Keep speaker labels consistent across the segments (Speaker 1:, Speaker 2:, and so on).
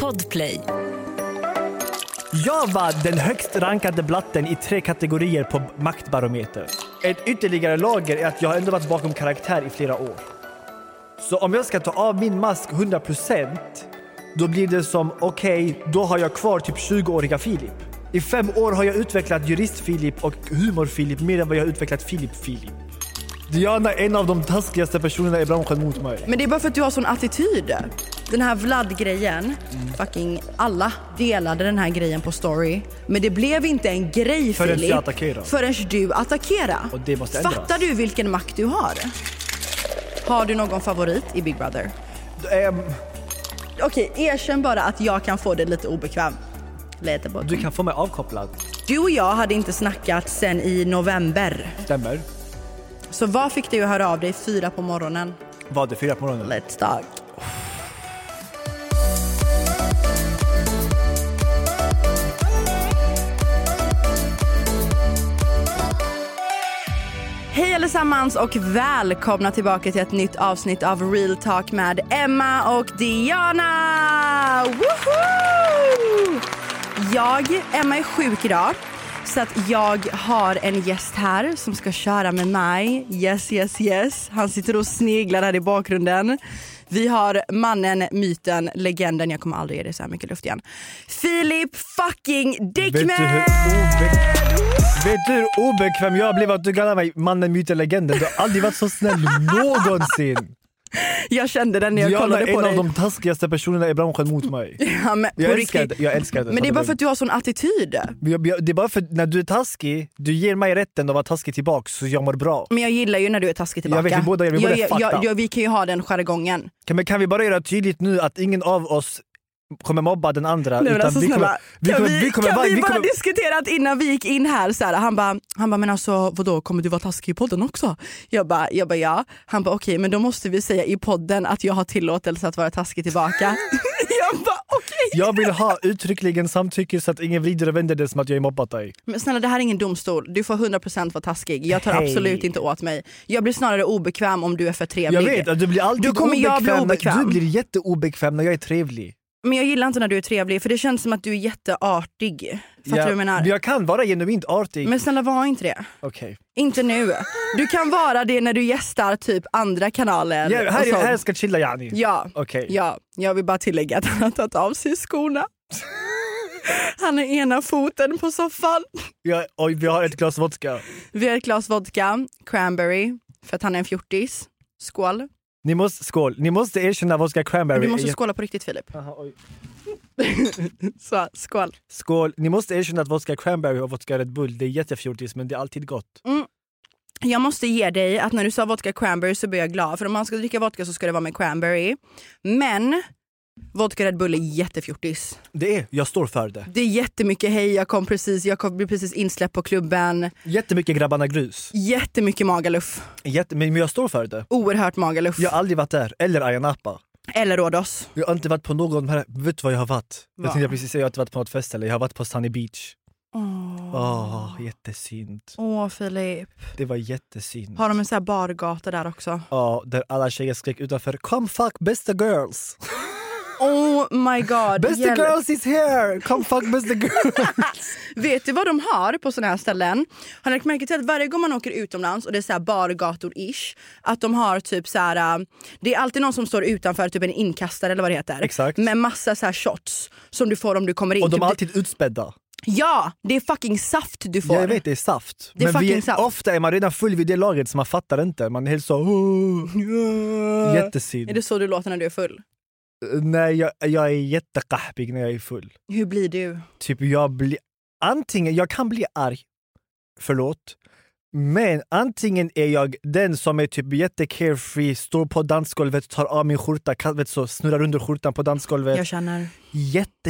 Speaker 1: Podplay.
Speaker 2: Jag var den högst rankade blatten i tre kategorier på Maktbarometer. Ett ytterligare lager är att jag har ändå varit bakom karaktär i flera år. Så om jag ska ta av min mask 100% då blir det som okej, då har jag kvar typ 20-åriga Filip. I fem år har jag utvecklat jurist-Filip och humor-Filip mer än vad jag har utvecklat Filip-Filip. Diana är en av de taskigaste personerna i branschen mot mig.
Speaker 3: Men det är bara för att du har sån attityd. Den här Vlad-grejen,
Speaker 2: Mm.
Speaker 3: fucking alla delade den här grejen på story. Men det blev inte en grej
Speaker 2: Förrän jag
Speaker 3: Filip.
Speaker 2: attackerade.
Speaker 3: Förrän du attackerade.
Speaker 2: Och det måste ändras.
Speaker 3: Fattar du vilken makt du har? Har du någon favorit i Big Brother?
Speaker 2: Ehm,
Speaker 3: Okej, erkänn bara att jag kan få det lite obekväm. Lite bort.
Speaker 2: Du kan få mig avkopplad.
Speaker 3: Du och jag hade inte snackat sen i november.
Speaker 2: Stämmer.
Speaker 3: Så vad fick du höra av dig fyra på morgonen?
Speaker 2: Var det fyra på morgonen?
Speaker 3: Let's talk. Hej allesammans och välkomna tillbaka till ett nytt avsnitt av Real Talk med Emma och Diana! Woho! Jag, Emma är sjuk idag så att jag har en gäst här som ska köra med mig. Yes, yes, yes. Han sitter och sneglar här i bakgrunden. Vi har mannen, myten, legenden. Jag kommer aldrig ge dig så här mycket luft igen. Filip fucking
Speaker 2: Vet du, hur
Speaker 3: Dickman!
Speaker 2: obe- vet du hur obekväm jag blev att du kallar mig mannen, myten, legenden? Du har aldrig varit så snäll någonsin!
Speaker 3: Jag kände den när jag
Speaker 2: Diana
Speaker 3: kollade
Speaker 2: är
Speaker 3: på
Speaker 2: en av
Speaker 3: dig.
Speaker 2: de taskigaste personerna i branschen mot mig.
Speaker 3: Ja, men,
Speaker 2: Jag
Speaker 3: på
Speaker 2: älskar,
Speaker 3: riktigt.
Speaker 2: det- jag älskar det.
Speaker 3: Men det är bara för att du har sån attityd.
Speaker 2: jag, jag, det är bara för att när du är taskig, du ger mig rätten att vara taskig tillbaks så jag mår bra.
Speaker 3: Men jag gillar ju när du är taskig tillbaka.
Speaker 2: Jag vet, vi båda- vi båda är
Speaker 3: jag,
Speaker 2: fucked
Speaker 3: jag,
Speaker 2: up.
Speaker 3: jag, Vi kan ju ha den jargongen.
Speaker 2: Kan, men kan vi bara göra tydligt nu att ingen av oss kommer mobba den andra.
Speaker 3: Nej, men
Speaker 2: utan
Speaker 3: alltså,
Speaker 2: vi kommer,
Speaker 3: snälla,
Speaker 2: vi
Speaker 3: kan
Speaker 2: kommer,
Speaker 3: vi,
Speaker 2: vi kommer,
Speaker 3: kan
Speaker 2: vara-
Speaker 3: vi
Speaker 2: vi
Speaker 3: bara
Speaker 2: kommer,
Speaker 3: diskutera att innan vi gick in här, så här han bara han bara, men alltså vadå kommer du vara taskig i podden också? Jag bara, jag bara ja. Han bara okej men då måste vi säga i podden att jag har tillåtelse att vara taskig tillbaka. jag bara okej.
Speaker 2: jag vill ha uttryckligen samtycke så att ingen vrider och vänder det som att jag har mobbat dig.
Speaker 3: Men snälla det här är ingen domstol, du får 100% vara taskig. Jag tar
Speaker 2: Hej.
Speaker 3: absolut inte åt mig. Jag blir snarare obekväm om du är för trevlig.
Speaker 2: Jag vet att du blir alltid
Speaker 3: Då kommer jag bli
Speaker 2: obekväm.
Speaker 3: obekväm.
Speaker 2: När, du blir jätteobekväm när jag är trevlig.
Speaker 3: Men jag gillar inte när du är trevlig för det känns som att du är jätteartig. Fattar du
Speaker 2: jag,
Speaker 3: vad jag menar?
Speaker 2: jag kan vara genuint artig.
Speaker 3: Men snälla var inte det.
Speaker 2: Okej.
Speaker 3: Inte nu. Du kan vara det när du gästar typ andra kanaler.
Speaker 2: Ja, här,
Speaker 3: och sånt.
Speaker 2: här ska chilla yani.
Speaker 3: ja.
Speaker 2: Okej.
Speaker 3: ja, jag vill bara tillägga att han har tagit av sig skorna. Han har ena foten på soffan.
Speaker 2: Jag, oj, vi har ett glas vodka.
Speaker 3: Vi har ett glas vodka, cranberry, för att han är en fjortis. Skål.
Speaker 2: Ni måste, skål. Ni måste erkänna vodka cranberry.
Speaker 3: Du måste
Speaker 2: är-
Speaker 3: skåla på riktigt Filip.
Speaker 2: Aha, oj.
Speaker 3: Så, skål.
Speaker 2: skål. Ni måste erkänna att vodka cranberry och vodka Red Bull, det är jättefjortis men det är alltid gott.
Speaker 3: Jag måste ge dig att när du sa vodka cranberry så blev jag glad. För om man ska dricka vodka så ska det vara med cranberry. Men vodka Red Bull är jättefjortis.
Speaker 2: Det är, jag står för det.
Speaker 3: Det är jättemycket hej, jag kom precis, jag kom, blev precis insläppt på klubben.
Speaker 2: Jättemycket grabbarna grus.
Speaker 3: Jättemycket magaluff.
Speaker 2: Jätte, men men jag står för det.
Speaker 3: Oerhört magaluff.
Speaker 2: Jag har aldrig varit där. Eller Ayia Napa.
Speaker 3: Eller Rhodos.
Speaker 2: Jag har inte varit på någon av de här, vet du vad jag har varit?
Speaker 3: Va?
Speaker 2: Jag tänkte precis säga, jag har inte varit på något festställe, jag har varit på Sunny Beach. Åh, jättesynd.
Speaker 3: Åh Filip.
Speaker 2: Det var jättesynd.
Speaker 3: Har de en sån här bargata där också?
Speaker 2: Ja, där alla tjejer skrek utanför “Come fuck bästa girls!”
Speaker 3: Oh my god.
Speaker 2: “Bästa
Speaker 3: hjälp.
Speaker 2: girls is here! Come fuck bästa girls!”
Speaker 3: Vet du vad de har på såna här ställen? Har ni lagt märke till att varje gång man åker utomlands och det är så här bargator-ish, att de har typ så här, äh, det är alltid någon som står utanför typ en inkastare eller vad det heter.
Speaker 2: Exakt.
Speaker 3: Med massa så här shots som du får om du kommer in.
Speaker 2: Och de
Speaker 3: Typ
Speaker 2: är
Speaker 3: det-
Speaker 2: alltid utspädda.
Speaker 3: Ja, det är fucking saft du får.
Speaker 2: Ja, jag vet, det är saft.
Speaker 3: Det är
Speaker 2: Men vi
Speaker 3: fucking
Speaker 2: är,
Speaker 3: saft.
Speaker 2: ofta är man redan full vid det laget så man fattar inte. Man är helt så... "Åh." Jättesynd.
Speaker 3: Är det så du låter när du är full?
Speaker 2: Nej, jag, jag är jättekahbig när jag är full.
Speaker 3: Hur blir du?
Speaker 2: Typ jag blir... Antingen, jag kan bli arg. Förlåt. Men antingen är jag den som är typ jättecarefree, står på dansgolvet, tar av min skjorta, kan- vet, så, snurrar under skjortan på dansgolvet.
Speaker 3: Jag känner.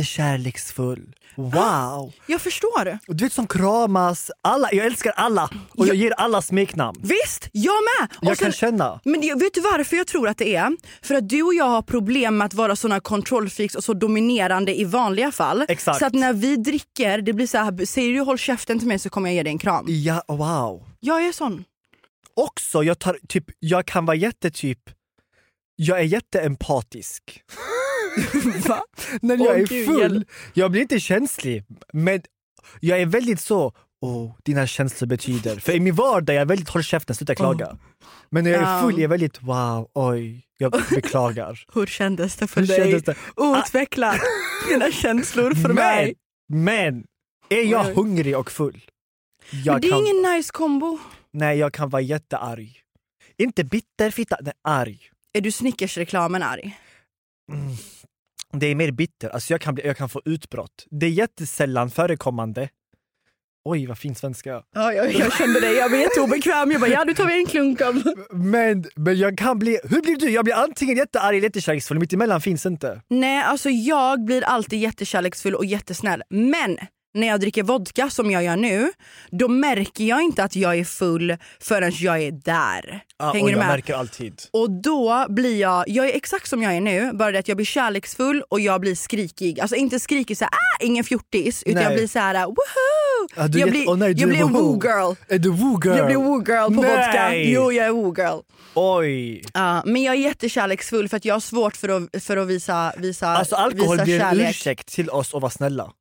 Speaker 2: Jättekärleksfull. Wow!
Speaker 3: Jag förstår.
Speaker 2: Och Du vet som kramas. Alla, jag älskar alla och jag ger alla smeknamn.
Speaker 3: Visst, jag med! Och
Speaker 2: Jag
Speaker 3: sen,
Speaker 2: kan känna.
Speaker 3: men det- vet du varför jag tror att det är? För att du och jag har problem med att vara såna kontrollfreaks och så dominerande i vanliga fall.
Speaker 2: Exakt.
Speaker 3: Så att när vi dricker, det blir så här, säger du håll käften till mig så kommer jag ge dig en kram.
Speaker 2: Ja, wow.
Speaker 3: Jag är sån.
Speaker 2: Också, jag, tar, typ, jag kan vara jättetyp... Jag är typ, jätteempatisk. Va? När jag
Speaker 3: Åh,
Speaker 2: är
Speaker 3: Gud,
Speaker 2: full,
Speaker 3: hjälp.
Speaker 2: jag blir inte känslig. Men jag är väldigt så, åh, dina känslor betyder. För i min vardag är jag väldigt, håll käften, sluta klaga. Men när jag är full är jag väldigt, wow, oj, jag beklagar.
Speaker 3: Hur kändes det för
Speaker 2: Hur
Speaker 3: dig?
Speaker 2: kändes det?
Speaker 3: Utveckla
Speaker 2: Ah.
Speaker 3: dina känslor för
Speaker 2: men,
Speaker 3: mig.
Speaker 2: men, är jag
Speaker 3: Oj, oj.
Speaker 2: hungrig och full? Jag
Speaker 3: Men det är
Speaker 2: kan,
Speaker 3: ingen nice kombo.
Speaker 2: Nej, jag kan vara jättearg. Inte bitter, fitta, nej, arg.
Speaker 3: Är du Snickers-reklamen arg?
Speaker 2: Det är mer bitter. Alltså jag, kan bli, jag kan få utbrott. Det är jättesällan förekommande. Oj, vad fin svenska.
Speaker 3: Ja, jag, jag kände dig, jag var jätteobekväm. Jag bara, ja du tar med en klunk av...
Speaker 2: Men, men jag kan bli... Hur blir du? Jag blir antingen jättearg eller jättekärleksfull. Mittemellan finns inte.
Speaker 3: Nej, alltså jag blir alltid jättekärleksfull och jättesnäll. Men när jag dricker vodka som jag gör nu, då märker jag inte att jag är full förrän jag är där. Hänger
Speaker 2: och
Speaker 3: du
Speaker 2: Ah, jag
Speaker 3: med?
Speaker 2: märker alltid.
Speaker 3: Och då blir jag, jag är exakt som jag är nu, bara det att jag blir kärleksfull och jag blir skrikig. Alltså inte skrikig såhär, ah, ingen fjortis, utan
Speaker 2: Nej.
Speaker 3: jag blir såhär, woohoo!
Speaker 2: Ja, Ah, du är
Speaker 3: jag
Speaker 2: jätte-
Speaker 3: blir,
Speaker 2: Åh, nej, du
Speaker 3: jag
Speaker 2: är
Speaker 3: blir en
Speaker 2: woho.
Speaker 3: woo-girl.
Speaker 2: Är du woo-girl?
Speaker 3: Jag blir woo-girl på
Speaker 2: Nej.
Speaker 3: vodka. Jo, jag är woo-girl.
Speaker 2: Oj!
Speaker 3: Ja, men jag är jättekärleksfull för att jag har svårt för att, för att visa, Ah, visa,
Speaker 2: Alltså alkohol
Speaker 3: visa
Speaker 2: blir en
Speaker 3: kärlek.
Speaker 2: ursäkt till oss att vara snälla.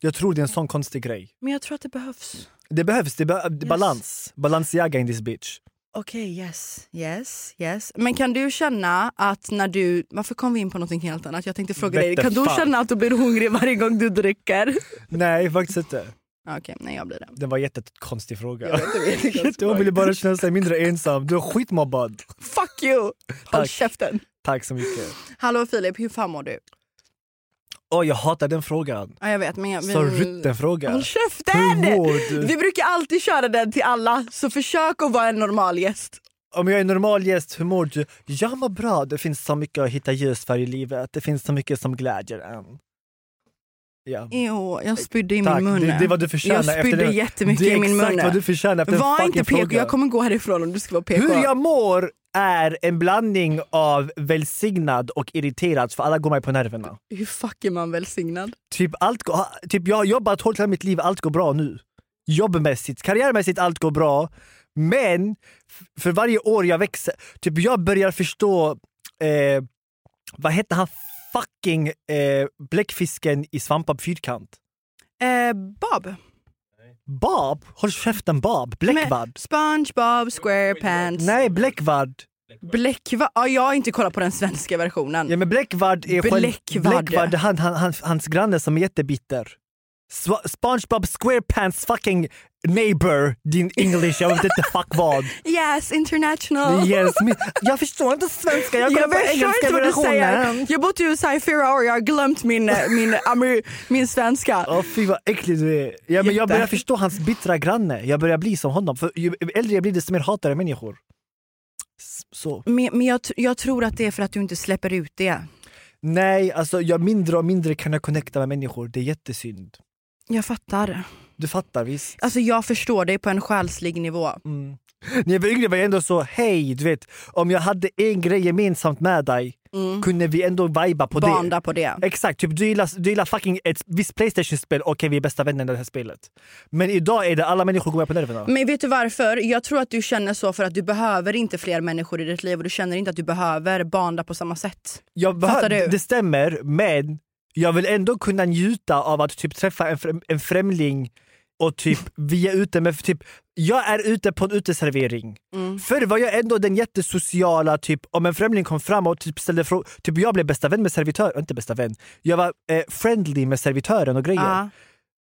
Speaker 2: Jag tror det är en sån konstig grej.
Speaker 3: Men jag tror att det behövs.
Speaker 2: Det behövs. Det be- Balans. Balansjaga in this bitch.
Speaker 3: Okej, yes. Yes, yes. Men kan du känna att när du... Varför kom vi in på någonting helt annat? Jag tänkte fråga dig.
Speaker 2: Vette
Speaker 3: Kan du
Speaker 2: fan.
Speaker 3: känna att du blir hungrig varje gång du dricker?
Speaker 2: Nej, faktiskt inte.
Speaker 3: Okej, nej jag blir det.
Speaker 2: Det var en jättekonstig fråga.
Speaker 3: vet inte.
Speaker 2: Hon ville bara känna sig mindre ensam. Du är skitmobbad.
Speaker 3: Fuck you! Håll
Speaker 2: Tack.
Speaker 3: käften.
Speaker 2: Tack så mycket.
Speaker 3: Hallå Filip, hur fan mår du?
Speaker 2: Åh, jag hatar den frågan.
Speaker 3: Ja, jag vet men... Jag,
Speaker 2: Så rutten fråga.
Speaker 3: Håll käften!
Speaker 2: Hur mår du?
Speaker 3: Vi brukar alltid köra den till alla, så försök att vara en normal gäst.
Speaker 2: Om jag är en normal gäst, hur mår du? Jag mår bra. Det finns så mycket att hitta ljus för i livet. Det finns så mycket som glädjer en. Ja.
Speaker 3: Jo, jag spydde i
Speaker 2: Tack,
Speaker 3: min mun.
Speaker 2: det, det är vad du förtjänar.
Speaker 3: jag
Speaker 2: efter
Speaker 3: spydde
Speaker 2: det.
Speaker 3: jättemycket
Speaker 2: det är
Speaker 3: i min
Speaker 2: exakt
Speaker 3: mun.
Speaker 2: vad du förtjänar efter en
Speaker 3: Var
Speaker 2: fucking
Speaker 3: inte PK,
Speaker 2: fråga.
Speaker 3: jag kommer gå härifrån om du ska vara PK.
Speaker 2: Hur jag mår är en blandning av välsignad och irriterad för alla går mig på nerverna.
Speaker 3: Hur fuck är man välsignad?
Speaker 2: Typ, allt, går- typ jag har jobbat hårt hela mitt liv, allt går bra nu. Jobbmässigt, karriärmässigt, allt går bra. Men f- för varje år jag växer, typ jag börjar förstå, eh, vad hette han fucking eh, bläckfisken i Svampab fyrkant?
Speaker 3: Eh, Bob.
Speaker 2: Bob? Håll käften Bob!
Speaker 3: Med
Speaker 2: Bläckvard?
Speaker 3: SpongeBob SquarePants.
Speaker 2: Nej, Bläckvard!
Speaker 3: Bläckva... Ja, jag har inte kollat på den svenska versionen.
Speaker 2: Ja men Bläckvard är
Speaker 3: Bläckvard.
Speaker 2: Bläckvard han, han, han, hans granne som är jättebitter. Swa- Spongebob SquarePants fucking neighbor, din English, jag vet inte fuck vad.
Speaker 3: Yes, international.
Speaker 2: Yes, men, jag förstår inte svenska, jag kollar på
Speaker 3: förstår
Speaker 2: engelska
Speaker 3: inte vad du säger.
Speaker 2: versionen.
Speaker 3: Jag har bott i USA i fyra år, jag har glömt min, eh, min, amer- min svenska.
Speaker 2: Åh fy vad äcklig du är. Ja, men jag
Speaker 3: Jätte.
Speaker 2: börjar förstå hans bittra granne, jag börjar bli som honom. För ju äldre jag blir desto mer hatar jag människor. S- Så.
Speaker 3: Men, men jag, tr- jag tror att det är för att du inte släpper ut det.
Speaker 2: Nej, alltså jag mindre och mindre kan jag connecta med människor, det är jättesynd.
Speaker 3: Jag fattar.
Speaker 2: Du fattar visst?
Speaker 3: Alltså jag förstår dig på en själslig nivå.
Speaker 2: Mm. När jag var yngre var jag ändå så, hej, du vet, om jag hade en grej gemensamt med dig kunde vi ändå viba på
Speaker 3: Banda på det.
Speaker 2: det. Exakt, typ du gillar, du gillar fucking ett visst Playstation-spel, okej vi är bästa vänner i det här spelet. Men idag är det alla människor går med på nerverna.
Speaker 3: Men vet du varför? Jag tror att du känner så för att du behöver inte fler människor i ditt liv och du känner inte att du behöver banda på samma sätt.
Speaker 2: Jag
Speaker 3: Fattar du?
Speaker 2: behöver, det stämmer, men jag vill ändå kunna njuta av att typ träffa en, främ, en främling och typ vi är ute med, typ, jag är ute på en uteservering.
Speaker 3: Mm.
Speaker 2: Förr var jag ändå den jättesociala, typ om en främling kom fram och typ ställde frågor, typ jag blev bästa vän med servitören, inte bästa vän, jag var eh, friendly med servitören och grejer.
Speaker 3: Ja.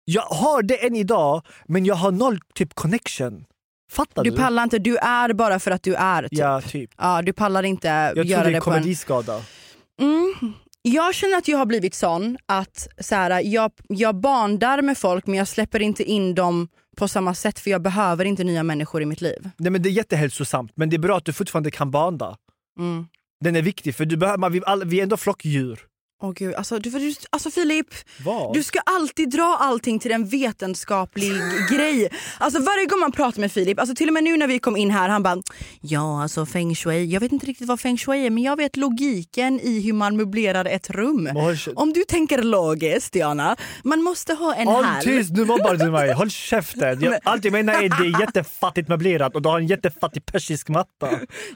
Speaker 2: Jag har det än idag, men jag har noll typ connection. Fattar du?
Speaker 3: Du pallar inte, du är bara för att du är. Typ. Ja.
Speaker 2: ja, typ.
Speaker 3: du pallar inte
Speaker 2: Jag tror
Speaker 3: göra
Speaker 2: det
Speaker 3: det
Speaker 2: är
Speaker 3: på en...
Speaker 2: komediskada.
Speaker 3: Mm. Jag känner att jag har blivit sån att så här, jag, jag bandar med folk men jag släpper inte in dem på samma sätt för jag behöver inte nya människor i mitt liv.
Speaker 2: Nej, men det är jättehälsosamt, men det är bra att du fortfarande kan banda.
Speaker 3: Mm.
Speaker 2: Den är viktig för du behöver, man, vi, all, vi är ändå flockdjur.
Speaker 3: Åh gud, alltså, du, du, alltså Filip,
Speaker 2: Vad?
Speaker 3: Du ska alltid dra allting till en vetenskaplig grej. Alltså varje gång man pratar med Filip, alltså till och med nu när vi kom in här, han bara ja alltså feng shui, jag vet inte riktigt vad feng shui är men jag vet logiken i hur man möblerar ett rum.
Speaker 2: Men håll kä-
Speaker 3: Om du tänker logiskt Diana, man måste ha en
Speaker 2: Håll
Speaker 3: hall.
Speaker 2: tyst, nu mobbar du mig. Håll käften. Jag, allt jag menar är det är jättefattigt möblerat och du har en jättefattig persisk matta.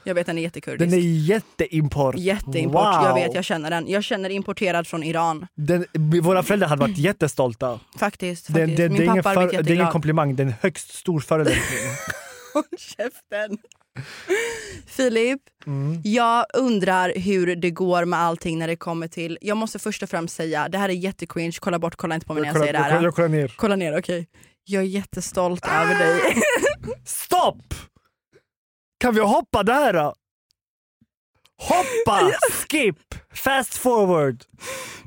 Speaker 3: Jag vet den är jättekurdisk.
Speaker 2: Den är jätteimport.
Speaker 3: Jätteimport,
Speaker 2: Wow.
Speaker 3: jag vet jag känner den. Jag känner import importerad från Iran.
Speaker 2: Den, våra föräldrar hade varit jättestolta.
Speaker 3: Faktiskt.
Speaker 2: Det,
Speaker 3: faktiskt.
Speaker 2: det, det,
Speaker 3: Min
Speaker 2: är ingen
Speaker 3: pappa hade
Speaker 2: för,
Speaker 3: blivit
Speaker 2: det är ingen
Speaker 3: jätteglad.
Speaker 2: komplimang, det är en högst stor förolämpning.
Speaker 3: Håll käften. Filip,
Speaker 2: Mm.
Speaker 3: jag undrar hur det går med allting när det kommer till... Jag måste först och främst säga, det här är jättecringe, kolla bort, kolla inte på mig när jag,
Speaker 2: kollar-
Speaker 3: säger det här.
Speaker 2: jag, jag kollar ner.
Speaker 3: Kolla ner, okej. Jag är jättestolt över dig.
Speaker 2: Stopp! Kan vi hoppa där? då? Hoppa! Skip! Fast forward!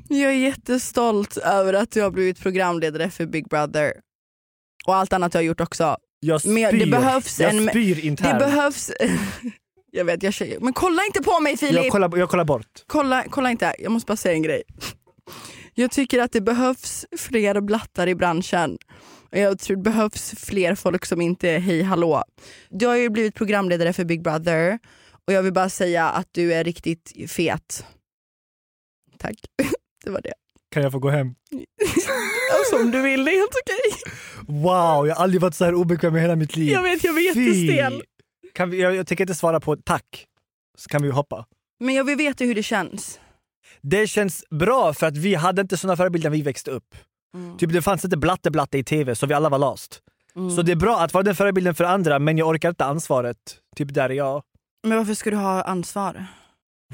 Speaker 3: Jag är jättestolt över att jag har blivit programledare för Big Brother. Och allt annat jag har gjort också.
Speaker 2: Jag spyr,
Speaker 3: Men jag- det behövs
Speaker 2: jag
Speaker 3: en-
Speaker 2: spyr internt.
Speaker 3: Det behövs... jag vet, jag tjejer. Men kolla inte på mig Filip!
Speaker 2: jag, kollar, jag kollar bort.
Speaker 3: Kolla, kolla inte, jag måste bara säga en grej. Jag tycker att det behövs fler blattar i branschen. Och Jag tror det behövs fler folk som inte är hej hallå. Du har ju blivit programledare för Big Brother och jag vill bara säga att du är riktigt fet. Tack, det var det.
Speaker 2: Kan jag få gå hem?
Speaker 3: Alltså, om du vill, det är helt okej.
Speaker 2: Wow, jag har aldrig varit så här obekväm i hela mitt liv.
Speaker 3: Jag vet, jag var jättestel.
Speaker 2: Kan vi, jag, jag tänker inte svara på tack. Så kan vi hoppa.
Speaker 3: Men jag vill veta hur det känns.
Speaker 2: Det känns bra för att vi hade inte såna förebilder när vi växte upp.
Speaker 3: Mm.
Speaker 2: Typ det fanns inte blatte blatte i tv så vi alla var last. Så det är bra att vara den förebilden för andra men jag orkar inte ansvaret. Typ där är jag.
Speaker 3: Men varför ska du ha ansvar?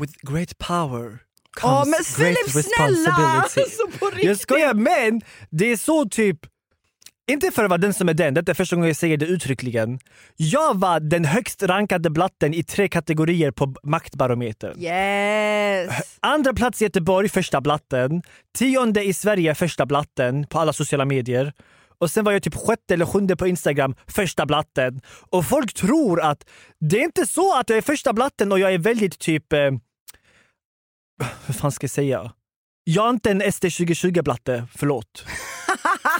Speaker 2: With great power
Speaker 3: Åh,
Speaker 2: comes
Speaker 3: men
Speaker 2: great
Speaker 3: Filip snälla!
Speaker 2: responsibility.
Speaker 3: Alltså, på
Speaker 2: Jag
Speaker 3: riktigt.
Speaker 2: skojar men det är så typ inte för att vara den som är den, detta är första gången jag säger det uttryckligen. Jag var den högst rankade blatten i tre kategorier på Maktbarometern.
Speaker 3: Yes!
Speaker 2: Andra plats i Göteborg, första blatten. Tionde i Sverige, första blatten på alla sociala medier. Och sen var jag typ sjätte eller sjunde på Instagram, första blatten. Och folk tror att det är inte så att jag är första blatten och jag är väldigt typ... Eh, hur fan ska jag säga? Jag är inte en SD 2020-blatte, förlåt.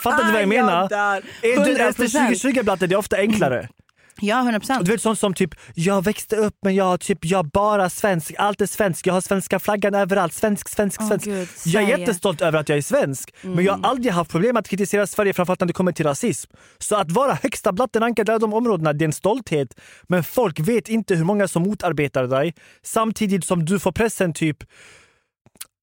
Speaker 2: Fattar du vad jag menar?
Speaker 3: dör.
Speaker 2: Är du en SD
Speaker 3: 100%.
Speaker 2: 2020-blatte, det är ofta enklare.
Speaker 3: Ja, 100
Speaker 2: Och Du vet sånt som typ, jag växte upp men jag har typ, jag är bara svensk, allt är svensk, jag har svenska flaggan överallt, svensk, svensk,
Speaker 3: Åh,
Speaker 2: svensk.
Speaker 3: Gud,
Speaker 2: jag är
Speaker 3: Sverige. Mm.
Speaker 2: jättestolt över att jag är svensk, men jag har aldrig haft problem att kritisera Sverige framförallt när det kommer till rasism. Så att vara högsta blatten ankad i alla de områdena, det är en stolthet. Men folk vet inte hur många som motarbetar dig, samtidigt som du får pressen typ,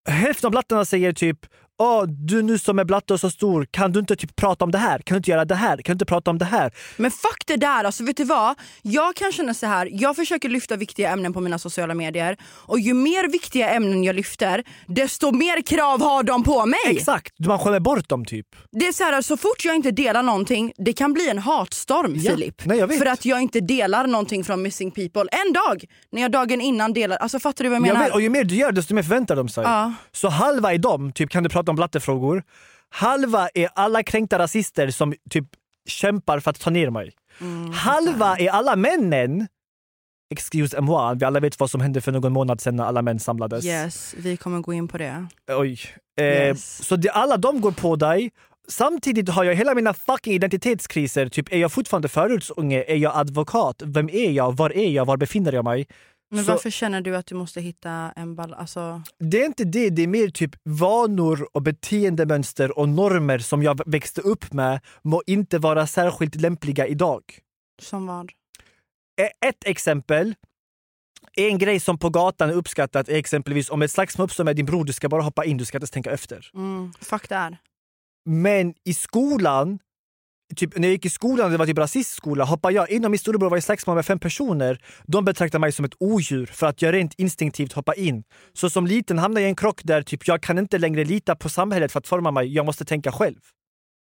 Speaker 2: hälften av blattarna säger typ Åh, du nu som är blatte och så stor, kan du inte typ prata om det här? Kan du inte göra det här? Kan du inte prata om det här?
Speaker 3: Men fuck det där alltså, vet du vad? Jag kan känna så här, jag försöker lyfta viktiga ämnen på mina sociala medier och ju mer viktiga ämnen jag lyfter desto mer krav har de på mig.
Speaker 2: Exakt! Man skämmer bort dem typ.
Speaker 3: Det är så här, alltså, så fort jag inte delar någonting, det kan bli en hatstorm
Speaker 2: Ja.
Speaker 3: Filip.
Speaker 2: Nej, jag vet.
Speaker 3: För att jag inte delar någonting från Missing People. En dag, när jag dagen innan delar, alltså fattar du vad jag menar?
Speaker 2: Jag vet, och ju mer du gör desto mer förväntar de sig.
Speaker 3: Ja.
Speaker 2: Så halva är de, typ kan du prata om blattefrågor. Halva är alla kränkta rasister som typ kämpar för att ta ner mig.
Speaker 3: Mm,
Speaker 2: halva är alla männen, excuse moi, vi alla vet vad som hände för någon månad sedan när alla män samlades.
Speaker 3: Yes, vi kommer gå in på det.
Speaker 2: Oj. Eh,
Speaker 3: Yes.
Speaker 2: Så det, alla de går på dig. Samtidigt har jag hela mina fucking identitetskriser. Typ, är jag fortfarande förortsunge? Är jag advokat? Vem är jag? Var är jag? Var befinner jag mig?
Speaker 3: Men
Speaker 2: Så-
Speaker 3: varför känner du att du måste hitta en ball... Alltså...
Speaker 2: det är inte det, det är mer typ vanor och beteendemönster och normer som jag växte upp med må inte vara särskilt lämpliga idag.
Speaker 3: Som vad?
Speaker 2: E- Ett exempel, en grej som på gatan är uppskattat är exempelvis om ett slagsmål uppstår med din bror, du ska bara hoppa in, du ska inte ens tänka efter.
Speaker 3: Mm, fuck där.
Speaker 2: Men i skolan, typ när jag gick i skolan, det var typ rasistskola, hoppade jag in och min storebror var i slagsmål med fem personer. De betraktade mig som ett odjur för att jag rent instinktivt hoppade in. Så som liten hamnade jag i en krock där typ jag kan inte längre lita på samhället för att forma mig, jag måste tänka själv.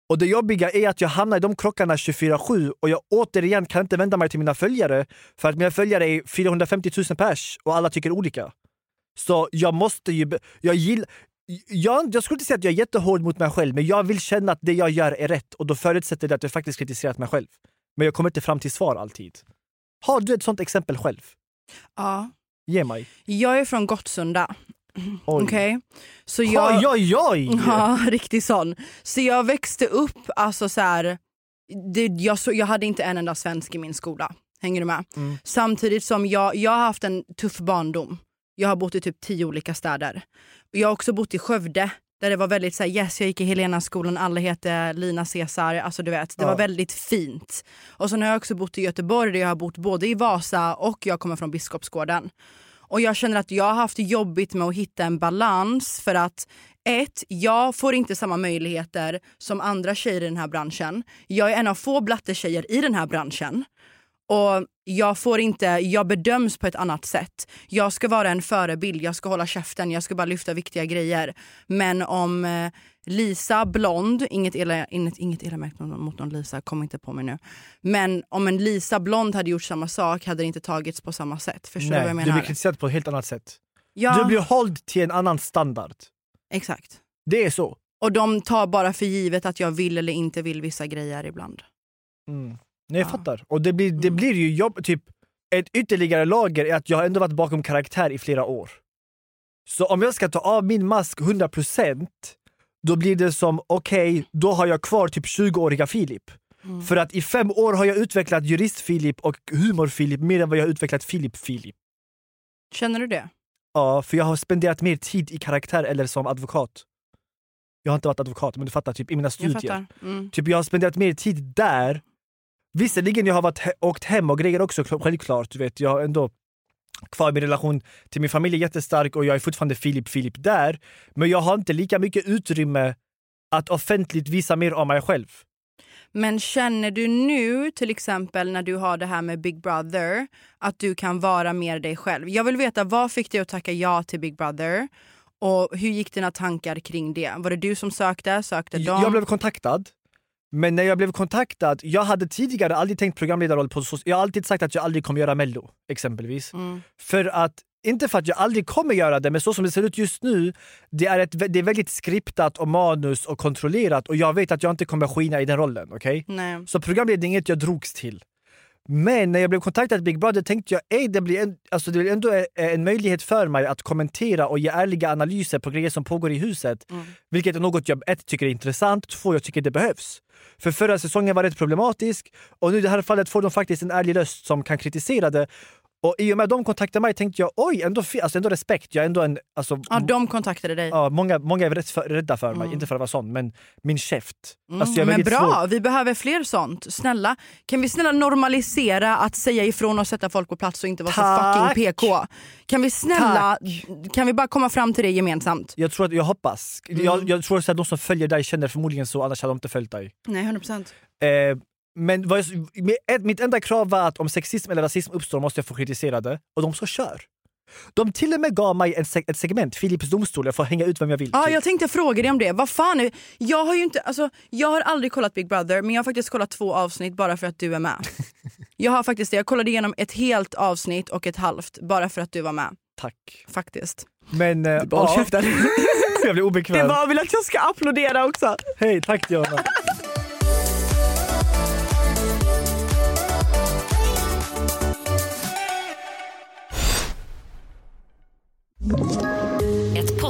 Speaker 2: Och det jobbiga är att jag hamnar i de krockarna 24-7 och jag återigen kan inte vända mig till mina följare för att mina följare är 450 000 pers och alla tycker olika. Så jag måste ju... be- Jag, gill, jag, jag skulle inte säga att jag är jättehård mot mig själv men jag vill känna att det jag gör är rätt och då förutsätter det att jag faktiskt kritiserat mig själv. Men jag kommer inte fram till svar alltid. Har du ett sånt exempel själv?
Speaker 3: Ja.
Speaker 2: Ge mig.
Speaker 3: Jag är från Gottsunda.
Speaker 2: Oj.
Speaker 3: Okej? Så jag...
Speaker 2: Oj, oj, oj!
Speaker 3: Ja, riktigt sån. Så jag växte upp, alltså så här, det, jag, så, jag hade inte en enda svensk i min skola. Hänger du med?
Speaker 2: Mm.
Speaker 3: Samtidigt som jag, jag har haft en tuff barndom. Jag har bott i typ tio olika städer. Jag har också bott i Skövde där det var väldigt så här, yes jag gick i Helenaskolan, alla hette Lina Caesar, alltså du vet, det
Speaker 2: Ja.
Speaker 3: var väldigt fint. Och sen har jag också bott i Göteborg där jag har bott både i Vasa och jag kommer från Biskopsgården. Och jag känner att jag har haft jobbigt med att hitta en balans för att ett, jag får inte samma möjligheter som andra tjejer i den här branschen. Jag är en av få blattetjejer i den här branschen. Och jag får inte, jag bedöms på ett annat sätt. Jag ska vara en förebild, jag ska hålla käften, jag ska bara lyfta viktiga grejer. Men om eh, Lisa Blond, inget illa, inget, inget illa märkt mot någon Lisa, kom inte på mig nu. Men om en Lisa Blond hade gjort samma sak hade det inte tagits på samma sätt. Förstår du vad jag
Speaker 2: du
Speaker 3: menar?
Speaker 2: blir kritiserad på ett helt annat sätt.
Speaker 3: ja,
Speaker 2: Du blir hålld till en annan standard.
Speaker 3: exakt.
Speaker 2: Det är så.
Speaker 3: Och de tar bara för givet att jag vill eller inte vill vissa grejer ibland.
Speaker 2: Mm. Nej, jag
Speaker 3: Ja.
Speaker 2: fattar. Och det blir, det
Speaker 3: Mm.
Speaker 2: blir ju jobb, typ ett ytterligare lager är att jag har ändå varit bakom karaktär i flera år. Så om jag ska ta av min mask 100% då blir det som, okej, då har jag kvar typ 20-åriga Filip.
Speaker 3: Mm.
Speaker 2: För att i fem år har jag utvecklat jurist-Filip och humor-Filip mer än vad jag har utvecklat Filip-Filip.
Speaker 3: Känner du det?
Speaker 2: Ja, för jag har spenderat mer tid i karaktär eller som advokat. Jag har inte varit advokat, men du fattar, typ i mina
Speaker 3: Jag
Speaker 2: studier.
Speaker 3: fattar. Mm.
Speaker 2: Typ jag har spenderat mer tid där. Visserligen jag har varit he- åkt hem och grejer också kl- självklart. Du vet, jag har ändå kvar min relation till min familj är jättestark och jag är fortfarande Filip Filip där. Men jag har inte lika mycket utrymme att offentligt visa mer av mig själv.
Speaker 3: Men känner du nu, till exempel när du har det här med Big Brother, att du kan vara mer dig själv? Jag vill veta, vad fick dig att tacka ja till Big Brother? Och hur gick dina tankar kring det? Var det du som sökte? Sökte de?
Speaker 2: Jag blev kontaktad. Men när jag blev kontaktad, jag hade tidigare aldrig tänkt programledarroll på so- Jag har alltid sagt att jag aldrig kommer göra mello exempelvis.
Speaker 3: Mm.
Speaker 2: För att, inte för att jag aldrig kommer göra det, men så som det ser ut just nu, det är, ett, vä- det är väldigt skriptat och manus och kontrollerat och jag vet att jag inte kommer skina i den rollen. Okej?
Speaker 3: Nej.
Speaker 2: Så programledning är inget jag drogs till. Men när jag blev kontaktad av Big Brother tänkte jag ej, det blir, en, alltså det blir ändå en, en möjlighet för mig att kommentera och ge ärliga analyser på grejer som pågår i huset.
Speaker 3: Mm.
Speaker 2: Vilket är något jag ett, tycker är intressant, två, jag tycker det behövs. För förra säsongen var rätt problematisk och nu i det här fallet får de faktiskt en ärlig röst som kan kritisera det. Och i och med att de kontaktade mig tänkte jag oj, ändå, fi- alltså ändå respekt. Jag är ändå en, alltså,
Speaker 3: Ja, de kontaktade dig.
Speaker 2: ja, många, många är rätt för, rädda för mig, inte för att vara sån, men min käft. Alltså, jag är
Speaker 3: Mm, Men
Speaker 2: väldigt svår-
Speaker 3: bra, vi behöver fler sånt. Snälla, kan vi snälla normalisera att säga ifrån och sätta folk på plats och inte vara så
Speaker 2: Tack.
Speaker 3: fucking PK? Kan vi snälla, kan vi bara komma fram till det gemensamt?
Speaker 2: Jag tror att, jag hoppas. Jag, jag tror att de som följer dig känner förmodligen så, annars hade de inte följt dig.
Speaker 3: Nej, 100%.
Speaker 2: Eh, men vad jag, med- ett- mitt enda krav var att om sexism eller rasism uppstår måste jag få kritisera det. Och de så kör. De till och med gav mig en seg- ett segment, Philips domstol, jag får hänga ut vem jag vill.
Speaker 3: Ah, Ja,
Speaker 2: typ.
Speaker 3: jag tänkte fråga dig om det. Vad fan är... Jag har ju inte, alltså, jag har aldrig kollat Big Brother men jag har faktiskt kollat två avsnitt bara för att du är med. jag har faktiskt det. Jag kollade igenom ett helt avsnitt och ett halvt bara för att du var med.
Speaker 2: Tack.
Speaker 3: Faktiskt.
Speaker 2: Men... Eh,
Speaker 3: bara
Speaker 2: ja,
Speaker 3: käften.
Speaker 2: jag blir obekväm.
Speaker 3: vill att jag ska applådera också.
Speaker 2: Hej, tack Diana.
Speaker 1: Ett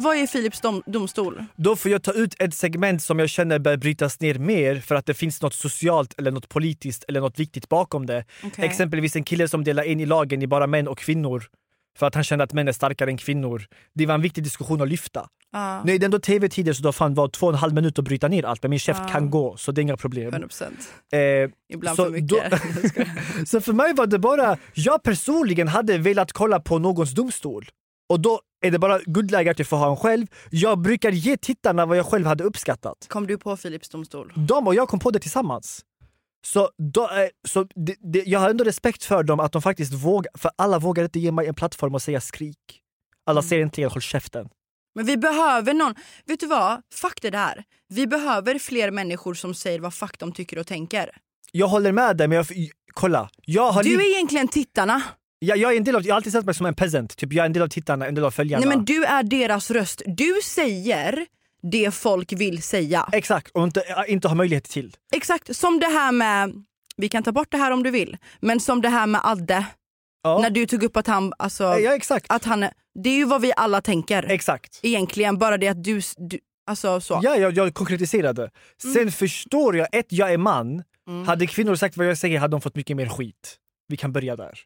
Speaker 3: Vad är Philips dom- domstol?
Speaker 2: Då får jag ta ut ett segment som jag känner bör brytas ner mer för att det finns något socialt eller något politiskt eller något viktigt bakom det.
Speaker 3: Okej.
Speaker 2: Exempelvis en kille som delar in i lagen i bara män och kvinnor för att han kände att män är starkare än kvinnor. Det var en viktig diskussion att lyfta.
Speaker 3: Ja,
Speaker 2: Nej, det är ändå tv-tider så då fan var två och en halv minut att bryta ner allt men min käft
Speaker 3: Ja.
Speaker 2: kan gå så det är inga problem.
Speaker 3: 100%.
Speaker 2: Eh,
Speaker 3: Ibland
Speaker 2: Så
Speaker 3: för mycket.
Speaker 2: då-
Speaker 3: Jag skojar.
Speaker 2: så för mig var det bara, jag personligen hade velat kolla på någons domstol. Och då är det bara guldläge att jag får ha en själv. Jag brukar ge tittarna vad jag själv hade uppskattat.
Speaker 3: Kom du på Philips domstol?
Speaker 2: de och jag kom på det tillsammans. Så, då, eh, så det, det, jag har ändå respekt för dem att de faktiskt vågar, för alla vågar inte ge mig en plattform och säga skrik. Alla
Speaker 3: Mm.
Speaker 2: säger inte håll käften.
Speaker 3: Men vi behöver någon. Vet du vad? Fuck det där. Vi behöver fler människor som säger vad fuck de tycker och tänker.
Speaker 2: Jag håller med dig men jag, kolla. Jag, har
Speaker 3: Du
Speaker 2: li-
Speaker 3: är egentligen tittarna.
Speaker 2: jag, jag, är en del av, jag har alltid sett mig som en peasant, typ jag är en del av tittarna, en del av följarna.
Speaker 3: Nej men du är deras röst. Du säger det folk vill säga.
Speaker 2: Exakt, och inte, äh, inte ha möjlighet till.
Speaker 3: Exakt som det här med, vi kan ta bort det här om du vill, men som det här med Adde.
Speaker 2: Ja.
Speaker 3: När du tog upp att han, alltså,
Speaker 2: Ja, exakt.
Speaker 3: att han, är- det är ju vad vi alla tänker
Speaker 2: Exakt.
Speaker 3: egentligen, bara det att du, s- du alltså så.
Speaker 2: Ja, jag, jag konkretiserade.
Speaker 3: Mm.
Speaker 2: Sen förstår jag, ett, jag är man. Hade kvinnor sagt vad jag säger hade de fått mycket mer skit. Vi kan börja där.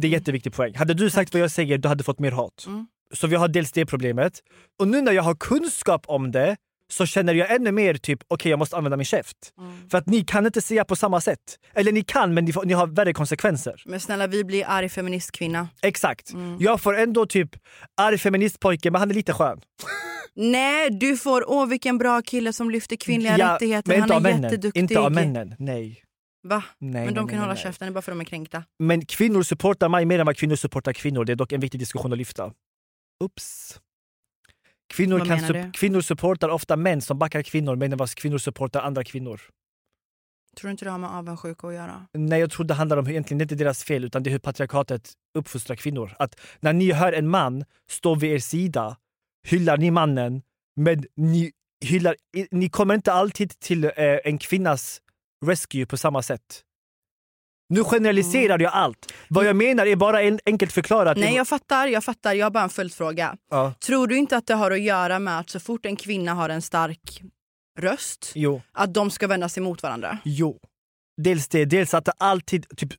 Speaker 2: Det
Speaker 3: Mm.
Speaker 2: är jätteviktig poäng. Hade du sagt vad jag säger, du hade fått mer hat. Så vi har dels det problemet. Och nu när jag har kunskap om det så känner jag ännu mer typ, okej jag måste använda min käft.
Speaker 3: Mm.
Speaker 2: För att ni kan inte säga på samma sätt. Eller ni kan, men ni, får, ni har värre konsekvenser.
Speaker 3: Men snälla vi blir arg feministkvinna.
Speaker 2: Exakt.
Speaker 3: Mm.
Speaker 2: Jag får ändå typ arg feministpojke, men han är lite skön.
Speaker 3: Nej du får, åh vilken bra kille som lyfter kvinnliga
Speaker 2: Ja,
Speaker 3: rättigheter,
Speaker 2: men inte av
Speaker 3: han är
Speaker 2: männen.
Speaker 3: jätteduktig.
Speaker 2: Inte av männen, nej.
Speaker 3: Va?
Speaker 2: Nej,
Speaker 3: men de
Speaker 2: nej,
Speaker 3: kan
Speaker 2: nej,
Speaker 3: hålla
Speaker 2: nej.
Speaker 3: käften, det är bara för att de är kränkta.
Speaker 2: Men kvinnor supportar mig mer än vad kvinnor supportar kvinnor. Det är dock en viktig diskussion att lyfta. Oops. Kvinnor,
Speaker 3: Vad
Speaker 2: kan
Speaker 3: menar
Speaker 2: sup-
Speaker 3: du?
Speaker 2: kvinnor supportar ofta män som backar kvinnor men vad kvinnor supportar andra kvinnor.
Speaker 3: Tror du inte det har med avundsjuka att göra?
Speaker 2: Nej, jag tror det handlar om hur, egentligen det är inte deras fel utan det är hur patriarkatet uppfostrar kvinnor. Att när ni hör en man stå vid er sida hyllar ni mannen men ni, hyllar, i- ni kommer inte alltid till eh, en kvinnas rescue på samma sätt. Nu generaliserar jag allt. Vad jag menar är bara en, enkelt förklarat.
Speaker 3: Mm. Nej jag fattar, jag fattar, jag har bara en följdfråga.
Speaker 2: Ja.
Speaker 3: Tror du inte att det har att göra med att så fort en kvinna har en stark röst,
Speaker 2: Jo.
Speaker 3: att de ska vända sig mot varandra?
Speaker 2: Jo. Dels det, dels att det alltid, typ,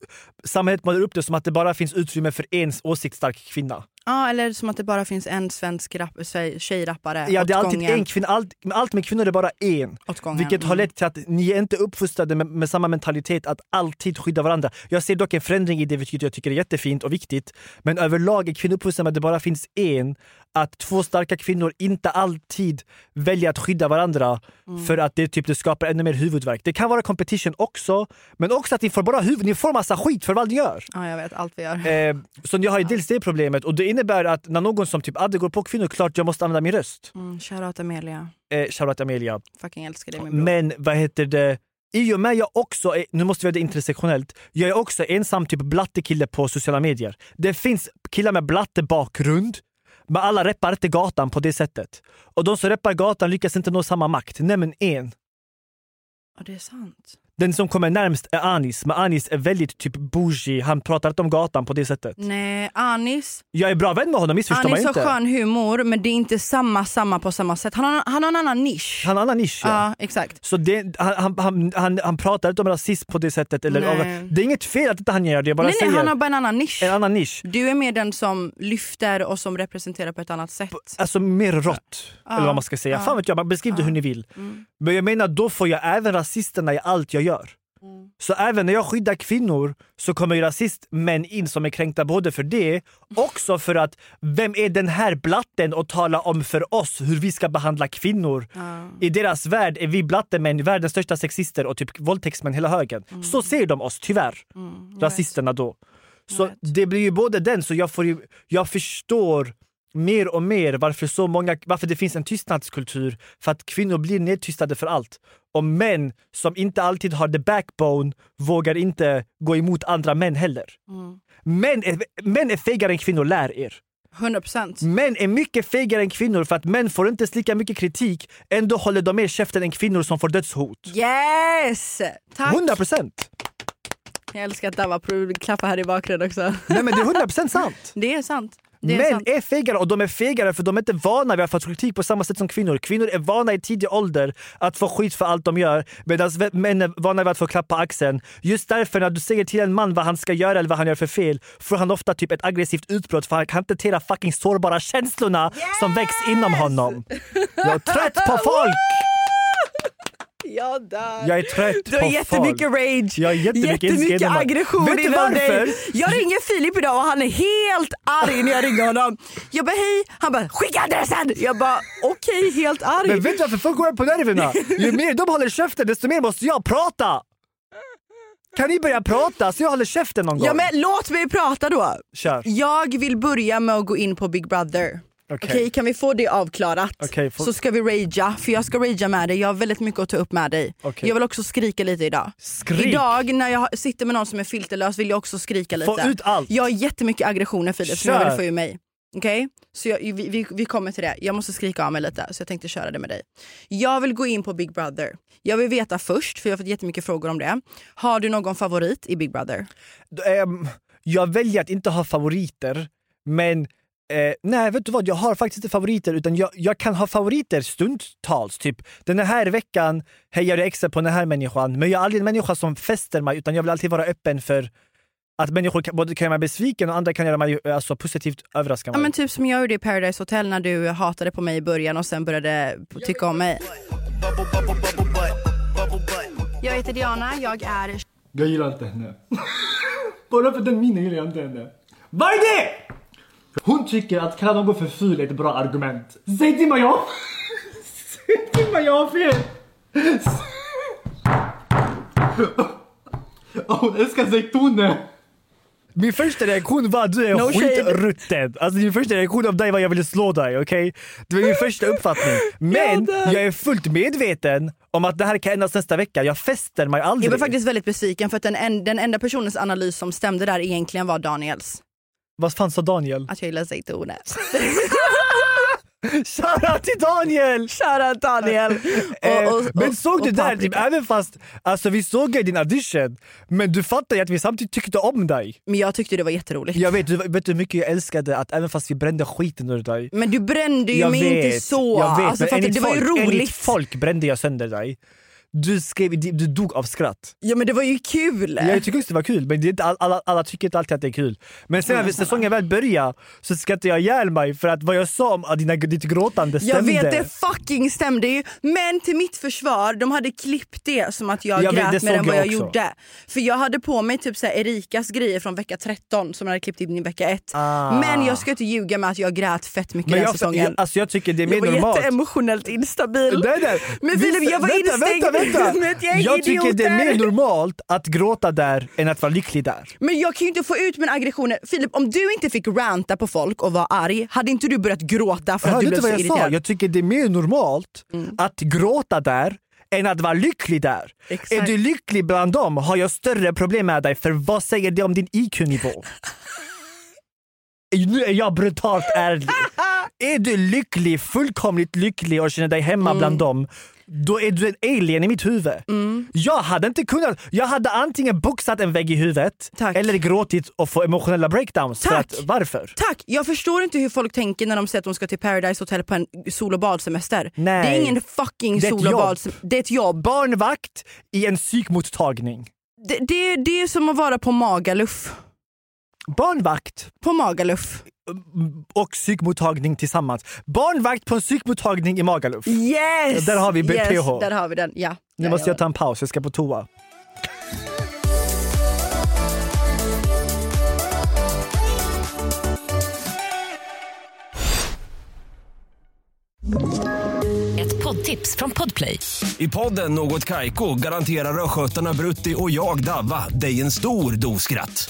Speaker 2: samhället målar upp det som att det bara finns utrymme för en åsiktsstark kvinna.
Speaker 3: Ja, eller som att det bara finns en svensk rap, tjej- tjejrappare
Speaker 2: Ja,
Speaker 3: åt
Speaker 2: det är alltid
Speaker 3: gången.
Speaker 2: en kvinna, allt, allt med kvinnor är bara en.
Speaker 3: Åt gången,
Speaker 2: Vilket har
Speaker 3: mm.
Speaker 2: lett till att ni är inte uppfostrade med, med samma mentalitet att alltid skydda varandra. Jag ser dock en förändring i det vilket jag tycker är jättefint och viktigt. Men överlag är kvinnor uppfostrade med att det bara finns en. Att två starka kvinnor inte alltid väljer att skydda varandra för att det, typ, det skapar ännu mer huvudvärk. Det kan vara competition också, men också att ni får, bara huvud, ni får massa skit för vad ni gör.
Speaker 3: Ja, jag vet allt vi gör.
Speaker 2: Eh, så jag har ju dels det problemet och det innebär att när någon som typ Adde går på kvinnor, klart jag måste använda min röst.
Speaker 3: Mm, Shoutout Amelia.
Speaker 2: Eh, Shoutout Amelia.
Speaker 3: Fucking älskar dig min bror.
Speaker 2: Men vad heter det? I och med jag också är, nu måste vi göra det intersektionellt, jag är också ensam typ blattekille på sociala medier. Det finns killar med blattebakgrund, men alla reppar inte gatan på det sättet. Och de som reppar gatan lyckas inte nå samma makt, nämligen en.
Speaker 3: Ja, det är sant.
Speaker 2: Den som kommer närmst är Anis, men Anis är väldigt typ bougie, han pratar inte om gatan på det sättet.
Speaker 3: Nej, Anis,
Speaker 2: Jag är bra vän med honom, missförstå mig
Speaker 3: Anis har
Speaker 2: inte.
Speaker 3: skön humor men det är inte samma samma på samma sätt. Han har, han har en annan nisch.
Speaker 2: Han har en annan nisch ja.
Speaker 3: ja, exakt.
Speaker 2: Så det, han, han, han, han, han pratar inte om rasism på det sättet. Eller,
Speaker 3: Nej.
Speaker 2: det är inget fel att inte han gör det, jag bara
Speaker 3: Nej, nej,
Speaker 2: säger
Speaker 3: han har bara en annan nisch.
Speaker 2: en annan nisch.
Speaker 3: Du är mer den som lyfter och som representerar på ett annat sätt.
Speaker 2: Alltså mer rått, eller vad man ska säga. Fan vet jag, man beskriv det hur ni vill. Men jag menar, då får jag även rasisterna i allt jag gör. Så även när jag skyddar kvinnor så kommer ju rasistmän in som är kränkta både för det, också för att vem är den här blatten och tala om för oss hur vi ska behandla kvinnor? I deras värld är vi blattemän världens största sexister och typ våldtäktsmän hela högen. Så ser de oss tyvärr, rasisterna då. Så det blir ju både den, så jag, får ju, jag förstår mer och mer varför, så många, varför det finns en tystnadskultur. För att kvinnor blir nedtystade för allt. Och män som inte alltid har the backbone vågar inte gå emot andra män heller. Män, är, män är fegare än kvinnor, lär er.
Speaker 3: 100%.
Speaker 2: Män är mycket fegare än kvinnor för att män får inte ens lika mycket kritik. Ändå håller de mer käften än kvinnor som får dödshot.
Speaker 3: Yes! Tack!
Speaker 2: 100 procent!
Speaker 3: Jag älskar att Dava klappar här i bakgrunden också.
Speaker 2: Nej men det är 100 procent sant!
Speaker 3: Det är sant. Det är
Speaker 2: Män
Speaker 3: sant.
Speaker 2: är fegare och de är fegare för de är inte vana vid att få kritik på samma sätt som kvinnor. Kvinnor är vana i tidig ålder att få skit för allt de gör medan män är vana vid att få klapp på axeln. Just därför när du säger till en man vad han ska göra eller vad han gör för fel får han ofta typ ett aggressivt utbrott för han kan inte hantera fucking sårbara känslorna som väcks inom honom. Jag är trött på folk!
Speaker 3: Jag dör.
Speaker 2: Jag är trött
Speaker 3: Du
Speaker 2: på
Speaker 3: har
Speaker 2: folk.
Speaker 3: jättemycket rage,
Speaker 2: Jag har jättemycket ilska inom-
Speaker 3: aggression
Speaker 2: Vet du
Speaker 3: inom dig.
Speaker 2: varför?
Speaker 3: Jag ringer Filip idag och han är helt arg när jag ringer honom. Jag bara hej, han bara skicka adressen! Jag bara okej, helt arg.
Speaker 2: Men vet du varför folk går på nerverna? Ju mer de håller käften desto mer måste jag prata! Kan ni börja prata så jag håller käften någon gång?
Speaker 3: ja, men låt mig prata då.
Speaker 2: Kör.
Speaker 3: Jag vill börja med att gå in på Big Brother. Okej,
Speaker 2: Okej.
Speaker 3: kan vi få det avklarat?
Speaker 2: Okej, får-
Speaker 3: Så ska vi ragea, för jag ska ragea med dig. Jag har väldigt mycket att ta upp med dig.
Speaker 2: Okej.
Speaker 3: Jag vill också skrika lite idag.
Speaker 2: Skrik.
Speaker 3: Idag när jag sitter med någon som är filterlös vill jag också skrika lite.
Speaker 2: Få ut allt.
Speaker 3: Jag har jättemycket aggressioner Filip som jag
Speaker 2: Kör.
Speaker 3: vill få ur mig. Okej? Så jag, vi, vi, vi kommer till det. Jag måste skrika av mig lite så jag tänkte köra det med dig. Jag vill gå in på Big Brother. Jag vill veta först, för jag har fått jättemycket frågor om det. Har du någon favorit i Big Brother?
Speaker 2: Då, ehm, jag väljer att inte ha favoriter, men eh, nej, vet du vad? Jag har faktiskt inte favoriter, utan jag, jag kan ha favoriter stundtals. Typ den här veckan hejar jag extra på den här människan, men jag är aldrig en människa som fäster mig, utan jag vill alltid vara öppen för att människor kan, både kan göra mig besviken och andra kan göra mig eh, alltså, positivt överraska
Speaker 3: Ja,
Speaker 2: mig.
Speaker 3: men typ som jag gjorde i Paradise Hotel när du hatade på mig i början och sen började tycka om mig. Jag heter Diana, jag är
Speaker 2: Jag gillar inte henne. Bara för den minen gillar jag inte henne. Vad är det? Hon tycker att kalla någon för ful är ett bra argument. Säg till mig jag Säg till mig jag har fel! Hon älskar zaytoner! Min första reaktion var att du är
Speaker 3: No shade.
Speaker 2: skitrutten. Alltså min första reaktion av dig var att jag ville slå dig, okej? Det var min första uppfattning. Men
Speaker 3: dör.
Speaker 2: jag är fullt medveten om att det här kan ändras nästa vecka. Jag fäster mig aldrig.
Speaker 3: Jag blev faktiskt väldigt besviken för att den, en, den enda personens analys som stämde där egentligen var Daniels.
Speaker 2: Vad fan sa Daniel?
Speaker 3: Att jag gillar zaytoner.
Speaker 2: Shoutout till Daniel!
Speaker 3: Shoutout Daniel!
Speaker 2: Eh,
Speaker 3: Och, och, och,
Speaker 2: men såg du
Speaker 3: och
Speaker 2: där, typ,
Speaker 3: paprika.
Speaker 2: även fast alltså, vi såg ju din audition, men du fattar ju att vi samtidigt tyckte om dig.
Speaker 3: Men jag tyckte det var jätteroligt.
Speaker 2: Jag vet, du, vet du hur mycket jag älskade att även fast vi brände skiten ur dig.
Speaker 3: Men du brände ju
Speaker 2: jag
Speaker 3: mig
Speaker 2: vet,
Speaker 3: inte så.
Speaker 2: Jag vet,
Speaker 3: alltså,
Speaker 2: men
Speaker 3: fattar du?
Speaker 2: enligt
Speaker 3: det var ju
Speaker 2: folk, Enligt
Speaker 3: roligt.
Speaker 2: folk brände jag sönder dig. Du, skrev, du dog av skratt.
Speaker 3: Ja men det var ju kul.
Speaker 2: Jag tycker också det var kul, men det är inte all, alla, alla tycker inte alltid att det är kul. Men sen
Speaker 3: Mm.
Speaker 2: när säsongen väl började så skrattade jag ihjäl mig för att vad jag sa om dina, ditt gråtande
Speaker 3: Jag
Speaker 2: stämde.
Speaker 3: vet det fucking stämde ju. Men till mitt försvar, de hade klippt det som att jag,
Speaker 2: Jag vet,
Speaker 3: grät
Speaker 2: det
Speaker 3: mer än
Speaker 2: såg
Speaker 3: vad jag
Speaker 2: jag också.
Speaker 3: gjorde. För jag hade på mig typ så här Erikas grejer från vecka 13 som jag hade klippt in i vecka 1.
Speaker 2: Ah.
Speaker 3: Men jag ska inte ljuga med att jag grät fett mycket
Speaker 2: men
Speaker 3: den
Speaker 2: jag,
Speaker 3: säsongen.
Speaker 2: jag, alltså, jag tycker det är mer
Speaker 3: jag var
Speaker 2: normalt.
Speaker 3: jätteemotionellt instabil.
Speaker 2: Nej, nej.
Speaker 3: Men
Speaker 2: Vissa-
Speaker 3: Filip jag var
Speaker 2: vänta,
Speaker 3: instängd
Speaker 2: vänta, vänta.
Speaker 3: med ett gäng
Speaker 2: Jag
Speaker 3: idioter.
Speaker 2: tycker det är mer normalt att gråta där än att vara lycklig där.
Speaker 3: Men jag kan ju inte få ut mina aggressioner. Filip om du inte fick ranta på folk och vara arg, hade inte du börjat gråta för att
Speaker 2: Hörde
Speaker 3: du
Speaker 2: du
Speaker 3: blev så
Speaker 2: inte vad jag sa?
Speaker 3: irriterad? Mm.
Speaker 2: Jag tycker det är mer normalt att gråta där än att vara lycklig där.
Speaker 3: Exakt.
Speaker 2: Är du lycklig bland dem har jag större problem med dig för vad säger det om din IQ-nivå? nu är jag brutalt ärlig. Är du lycklig, fullkomligt lycklig och känner dig hemma
Speaker 3: Mm.
Speaker 2: bland dem, då är du en alien i mitt huvud. Jag hade inte kunnat. Jag hade antingen boxat en vägg i huvudet
Speaker 3: Tack.
Speaker 2: eller gråtit och få emotionella breakdowns. För
Speaker 3: Tack.
Speaker 2: att, varför?
Speaker 3: Tack! Jag förstår inte hur folk tänker när de säger att de ska till Paradise Hotel på en sol och badsemester.
Speaker 2: Nej.
Speaker 3: Det är ingen fucking
Speaker 2: Det är ett
Speaker 3: sol och
Speaker 2: jobb.
Speaker 3: badsemester. Det är ett jobb.
Speaker 2: Barnvakt i en psykmottagning.
Speaker 3: Det, det, det är som att vara på Magaluf.
Speaker 2: Barnvakt
Speaker 3: På Magaluf.
Speaker 2: och psykmottagning tillsammans. Barnvakt på en psykmottagning i Magaluf.
Speaker 3: Yes!
Speaker 2: Där har vi
Speaker 3: yes,
Speaker 2: BPH.
Speaker 3: Där har vi den, ja.
Speaker 2: Nu måste jag ta en paus, jag ska på toa.
Speaker 1: Ett poddtips från Podplay.
Speaker 4: I podden Något Kaiko garanterar östgötarna Brutti och jag, Davva, dig en stor dos skratt.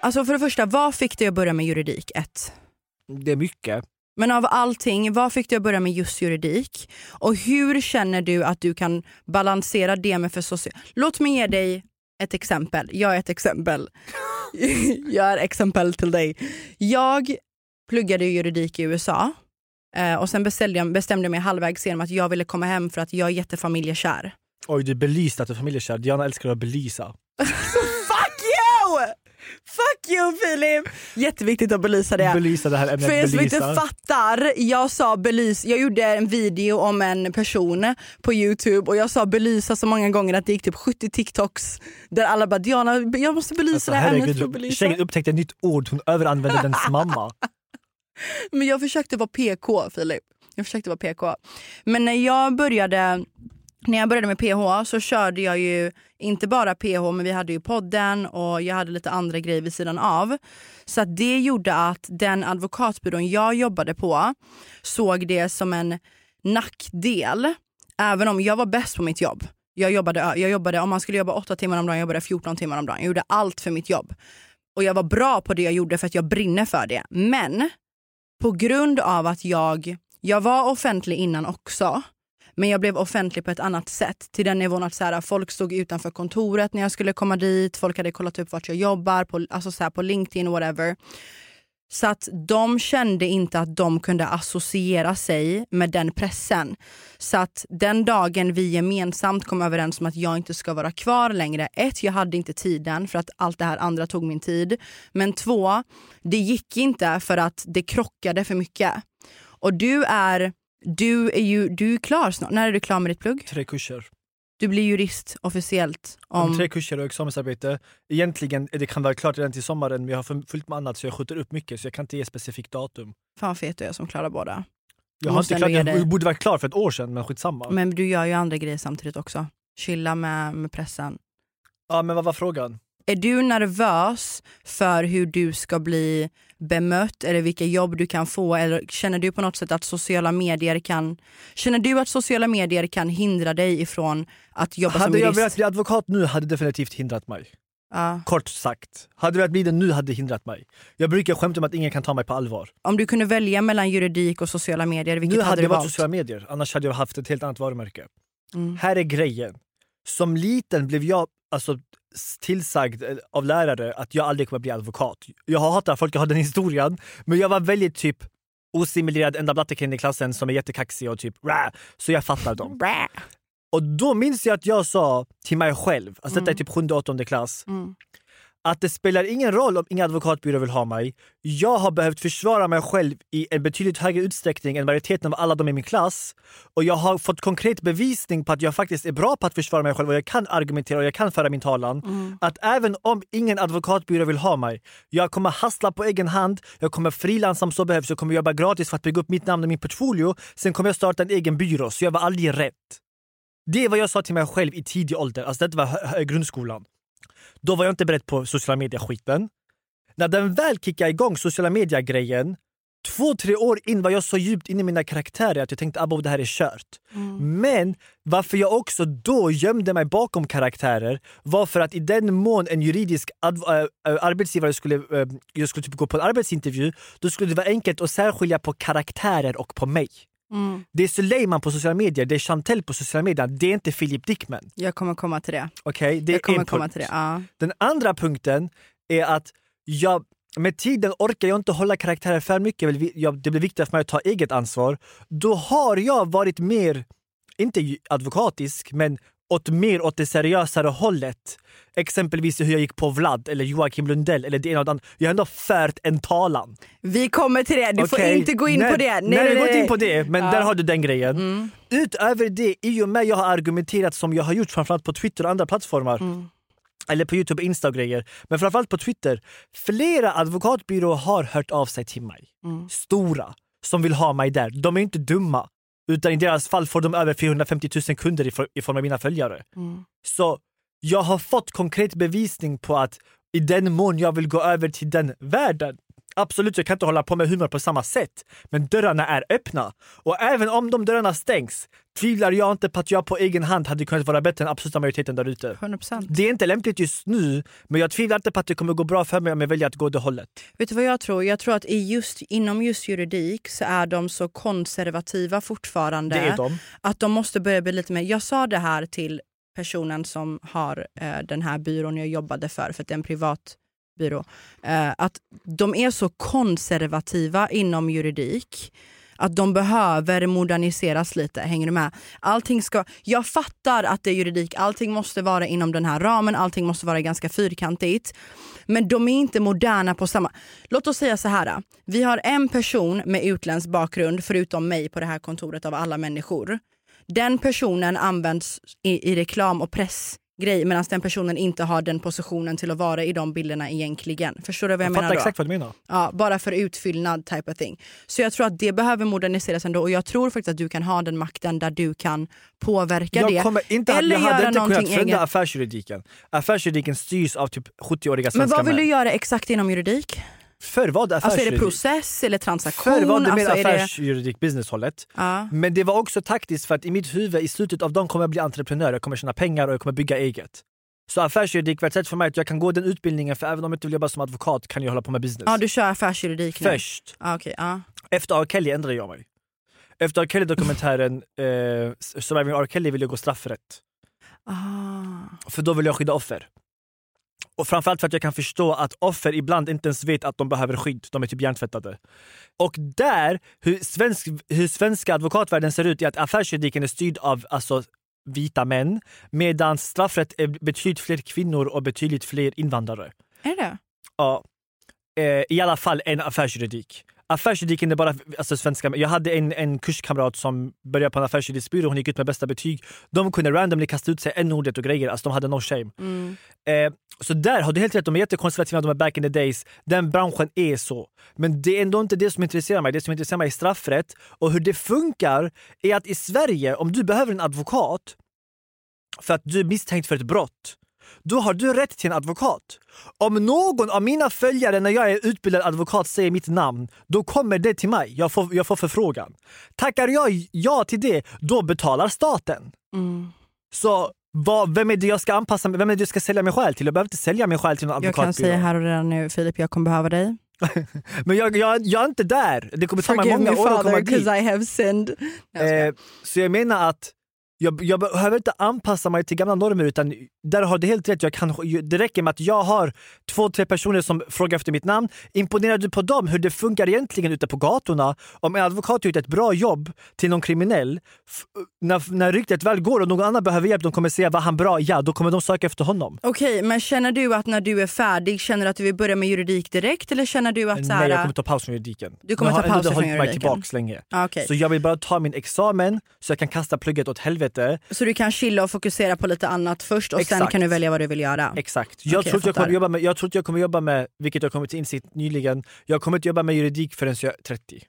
Speaker 3: Alltså för det första, vad fick dig att börja med juridik? Ett.
Speaker 2: Det är mycket.
Speaker 3: Men av allting, vad fick du att börja med just juridik? Och hur känner du att du kan balansera det med för social... Låt mig ge dig ett exempel. Jag är ett exempel. jag är exempel till dig. Jag pluggade ju juridik i USA eh, och sen beställde jag, bestämde jag mig halvvägs igenom att jag ville komma hem för att jag är jättefamiljekär.
Speaker 2: Oj, du är belyst att du är familjekär. Diana älskar att belysa.
Speaker 3: Fuck you! Fuck you Filip! Jätteviktigt att belysa det.
Speaker 2: Belysa det här ämnet.
Speaker 3: För er som inte
Speaker 2: eh, belysa.
Speaker 3: fattar, jag sa belys, jag gjorde en video om en person på youtube och jag sa belysa så många gånger att det gick typ 70 tiktoks där alla bara Diana jag måste belysa
Speaker 2: Alltså,
Speaker 3: det här ämnet
Speaker 2: herregud,
Speaker 3: för att belysa.
Speaker 2: Tjejen upptäckte ett nytt ord, hon överanvände dens mamma.
Speaker 3: Men jag försökte vara PK Filip. Jag försökte vara PK. Men när jag började när jag började med PH så körde jag ju inte bara PH men vi hade ju podden och jag hade lite andra grejer vid sidan av. Så att det gjorde att den advokatbyrån jag jobbade på såg det som en nackdel. Även om jag var bäst på mitt jobb. Jag jobbade, jag jobbade om man skulle jobba 8 timmar om dagen, jag jobbade 14 timmar om dagen. Jag gjorde allt för mitt jobb. Och jag var bra på det jag gjorde för att jag brinner för det. Men på grund av att jag, jag var offentlig innan också. Men jag blev offentlig på ett annat sätt. Till den nivån att så här, folk stod utanför kontoret när jag skulle komma dit. Folk hade kollat upp vart jag jobbar, på, alltså så här, på LinkedIn whatever. Så att de kände inte att de kunde associera sig med den pressen. Så att den dagen vi gemensamt kom överens om att jag inte ska vara kvar längre. Ett, jag hade inte tiden för att allt det här andra tog min tid. Men två, det gick inte för att det krockade för mycket. Och du är, du är ju du är klar snart. När är du klar med ditt plugg?
Speaker 2: Tre kurser.
Speaker 3: Du blir jurist officiellt
Speaker 2: Om
Speaker 3: om...
Speaker 2: tre kurser och examensarbete. Egentligen, det kan vara klart redan till sommaren men jag har för- fullt med annat så jag skjuter upp mycket så jag kan inte ge specifikt datum.
Speaker 3: Fan vad fet du är som klarar båda.
Speaker 2: Jag, har
Speaker 3: Måste
Speaker 2: inte klart,
Speaker 3: ändå ge dig-
Speaker 2: jag borde vara klar för ett år sedan men skitsamma.
Speaker 3: Men du gör ju andra grejer samtidigt också. Chilla med, med pressen.
Speaker 2: ja, men vad var frågan?
Speaker 3: Är du nervös för hur du ska bli bemött eller vilka jobb du kan få? Eller känner du på något sätt att sociala medier kan... Känner du att sociala medier kan hindra dig ifrån att jobba som
Speaker 2: Hade jag
Speaker 3: jurist?
Speaker 2: velat bli advokat nu hade det definitivt hindrat mig.
Speaker 3: Ja.
Speaker 2: Kort sagt. Hade jag velat bli det nu hade det hindrat mig. Jag brukar skämta om att ingen kan ta mig på allvar.
Speaker 3: Om du kunde välja mellan juridik och sociala medier, vilket
Speaker 2: nu
Speaker 3: hade
Speaker 2: hade
Speaker 3: du
Speaker 2: jag varit
Speaker 3: valt? Mm.
Speaker 2: sociala medier, annars hade jag haft ett helt annat varumärke. Här är grejen. Som liten blev jag alltså, s- tillsagd eh, av lärare att jag aldrig kommer bli advokat. Jag hatar folk, jag har den historien. Men jag var väldigt typ osimilerad enda blattekillen i klassen som är jättekaxig och typ rah, Så jag fattar dem. Och då minns jag att jag sa till mig själv, alltså detta är
Speaker 3: Mm.
Speaker 2: typ sjunde, åttonde klass, att det spelar ingen roll om inga advokatbyrå vill ha mig. Jag har behövt försvara mig själv i en betydligt högre utsträckning än majoriteten av alla de i min klass. Och jag har fått konkret bevisning på att jag faktiskt är bra på att försvara mig själv och jag kan argumentera och jag kan föra min talan. Att även om ingen advokatbyrå vill ha mig, jag kommer hustla på egen hand, jag kommer frilansa om så behövs, jag kommer jobba gratis för att bygga upp mitt namn och min portfolio. Sen kommer jag starta en egen byrå, så jag var aldrig rätt. Det är vad jag sa till mig själv i tidig ålder. Alltså det var hö- hö- grundskolan. Då var jag inte beredd på sociala medier-skiten. När den väl kickade igång, sociala medier-grejen, två, tre år in var jag så djupt inne i mina karaktärer att jag tänkte abow det här är kört.
Speaker 3: Mm.
Speaker 2: Men varför jag också då gömde mig bakom karaktärer var för att i den mån en juridisk adv- äh, äh, arbetsgivare skulle, äh, jag skulle typ gå på en arbetsintervju, då skulle det vara enkelt att särskilja på karaktärer och på mig.
Speaker 3: Mm.
Speaker 2: Det är Suleiman på sociala medier, det är Chantel på sociala medier, det är inte Filip Dickman.
Speaker 3: Jag kommer komma till det.
Speaker 2: Okej, det är
Speaker 3: Jag kommer
Speaker 2: en
Speaker 3: komma
Speaker 2: punkt.
Speaker 3: till det. Ja.
Speaker 2: Den andra punkten är att jag, med tiden orkar jag inte hålla karaktärer för mycket. Jag vill vi- jag- Det blir viktigt för mig att ta eget ansvar. Då har jag varit mer, inte ju- advokatisk, men åt mer åt det seriösare hållet. Exempelvis hur jag gick på Vlad eller Joakim Lundell eller det ena och det andra. Jag har ändå fört en talan.
Speaker 3: Vi kommer till det, du får
Speaker 2: Okej.
Speaker 3: inte gå in
Speaker 2: nej,
Speaker 3: på det.
Speaker 2: Nej, vi går inte in på det, men där har du den grejen.
Speaker 3: Mm.
Speaker 2: Utöver det, i och med jag har argumenterat som jag har gjort framförallt på Twitter och andra plattformar
Speaker 3: Mm.
Speaker 2: eller på Youtube och Insta och grejer, men framförallt på Twitter. Flera advokatbyråer har hört av sig till mig.
Speaker 3: Mm.
Speaker 2: Stora, som vill ha mig där. De är inte dumma. Utan i deras fall får de över 450 000 kunder i for- i form av mina följare. Så jag har fått konkret bevisning på att i den mån jag vill gå över till den världen Absolut, jag kan inte hålla på med humor på samma sätt. Men dörrarna är öppna. Och även om de dörrarna stängs tvivlar jag inte på att jag på egen hand hade kunnat vara bättre än absoluta majoriteten där ute.
Speaker 3: 100%.
Speaker 2: Det är inte lämpligt just nu, men jag tvivlar inte på att det kommer gå bra för mig om jag väljer att gå det hållet.
Speaker 3: Vet du vad jag tror? Jag tror att i just, inom just juridik så är de så konservativa fortfarande.
Speaker 2: Det är de.
Speaker 3: Att de måste börja bli lite mer... Jag sa det här till personen som har eh, den här byrån jag jobbade för, för att det är en privat byrå. Eh, att de är så konservativa inom juridik att de behöver moderniseras lite, hänger du med? Allting ska, jag fattar att det är juridik, allting måste vara inom den här ramen, allting måste vara ganska fyrkantigt. Men de är inte moderna på samma... Låt oss säga så här. Vi har en person med utländsk bakgrund förutom mig på det här kontoret av alla människor. Den personen används i, i reklam och press grej medan den personen inte har den positionen till att vara i de bilderna egentligen. Förstår du vad jag,
Speaker 2: Jag
Speaker 3: menar
Speaker 2: fattar
Speaker 3: då?
Speaker 2: exakt vad du menar.
Speaker 3: Ja, bara för utfyllnad type of thing. Så jag tror att det behöver moderniseras ändå och jag tror faktiskt att du kan ha den makten där du kan påverka det.
Speaker 2: Jag, kommer inte,
Speaker 3: eller
Speaker 2: jag hade
Speaker 3: göra
Speaker 2: inte kunnat
Speaker 3: någonting
Speaker 2: förändra
Speaker 3: eget.
Speaker 2: affärsjuridiken. Affärsjuridiken styrs av typ 70-åriga
Speaker 3: Men
Speaker 2: svenska
Speaker 3: vad vill
Speaker 2: män.
Speaker 3: du göra exakt inom juridik?
Speaker 2: Förr var det
Speaker 3: Alltså är
Speaker 2: affärsjuridik.
Speaker 3: det process eller transaktion?
Speaker 2: Förr var det mer
Speaker 3: alltså, är det-
Speaker 2: affärsjuridik, businesshållet.
Speaker 3: Ja.
Speaker 2: Men det var också taktiskt för att i mitt huvud, i slutet av dagen kommer jag bli entreprenör, jag kommer tjäna pengar och jag kommer bygga eget. Så affärsjuridik var ett sätt för mig att jag kan gå den utbildningen för även om jag inte vill jobba som advokat kan jag hålla på med business.
Speaker 3: Ja, du kör affärsjuridik nu?
Speaker 2: Först,
Speaker 3: Ja, okej, ja.
Speaker 2: efter R. Kelly ändrade jag mig. Efter R. Kelly-dokumentären eh, Surviving R. Kelly ville jag gå straffrätt.
Speaker 3: Ah.
Speaker 2: För då vill jag skydda offer. Och framförallt för att jag kan förstå att offer ibland inte ens vet att de behöver skydd. De är typ hjärntvättade. Och där, hur, svensk, hur svenska advokatvärlden ser ut är att affärsjuridiken är styrd av alltså, vita män medan straffrätt är betydligt fler kvinnor och betydligt fler invandrare.
Speaker 3: Är det det
Speaker 2: Ja. Eh, I alla fall en affärsjuridik. Affärsjuridiken är bara alltså svenska. Jag hade en, en kurskamrat som började på en affärsjuridiskbyrå. Hon gick ut med bästa betyg. De kunde randomly kasta ut sig en ordet och grejer. Alltså de hade no shame. Eh, så där har du helt rätt. De är jättekonservativa, de är back in the days. Den branschen är så. Men det är ändå inte det som intresserar mig. Det som intresserar mig är straffrätt. Och hur det funkar är att i Sverige, om du behöver en advokat för att du är misstänkt för ett brott, då har du rätt till en advokat. Om någon av mina följare när jag är utbildad advokat säger mitt namn, då kommer det till mig. Jag får, jag får förfrågan. Tackar jag ja till det, då betalar staten.
Speaker 3: Mm.
Speaker 2: Så vad, vem är det jag ska anpassa mig, vem är det jag ska sälja min själ till? Jag behöver inte sälja min själ till någon
Speaker 3: Jag kan
Speaker 2: advokatbyrå.
Speaker 3: säga här och redan nu Filip, jag kommer behöva dig.
Speaker 2: Men jag, jag, jag är inte där. Det kommer ta mig
Speaker 3: Forgive
Speaker 2: många
Speaker 3: me
Speaker 2: år att komma
Speaker 3: father,
Speaker 2: dit.
Speaker 3: because I have sinned. Nej, jag skojar.
Speaker 2: Eh, så jag menar att jag, jag behöver inte anpassa mig till gamla normer utan där har du helt rätt. Jag kan, det räcker med att jag har två, tre personer som frågar efter mitt namn. Imponerar du på dem hur det funkar egentligen ute på gatorna? Om en advokat har gjort ett bra jobb till någon kriminell, f- när, när ryktet väl går och någon annan behöver hjälp, de kommer säga var han bra? Ja, då kommer de söka efter honom.
Speaker 3: Okej, men känner du att när du är färdig, känner du att du vill börja med juridik direkt eller känner du att så här,
Speaker 2: Nej, jag kommer ta paus från juridiken.
Speaker 3: Du kommer
Speaker 2: jag
Speaker 3: ta
Speaker 2: har
Speaker 3: pauser
Speaker 2: ändå
Speaker 3: från
Speaker 2: hållit mig
Speaker 3: juridiken.
Speaker 2: tillbaks länge.
Speaker 3: Ja, okej.
Speaker 2: Så jag vill bara ta min examen så jag kan kasta plugget åt helvete.
Speaker 3: så du kan chilla och fokusera på lite annat först och sen
Speaker 2: Exakt.
Speaker 3: kan du välja vad du vill göra?
Speaker 2: Exakt. Jag
Speaker 3: Okej, jag
Speaker 2: tror att jag
Speaker 3: fattar.
Speaker 2: kommer jobba med, jag tror att jag kommer jobba med, vilket jag kommit till insikt nyligen, jag kommer inte jobba med juridik förrän jag är 30.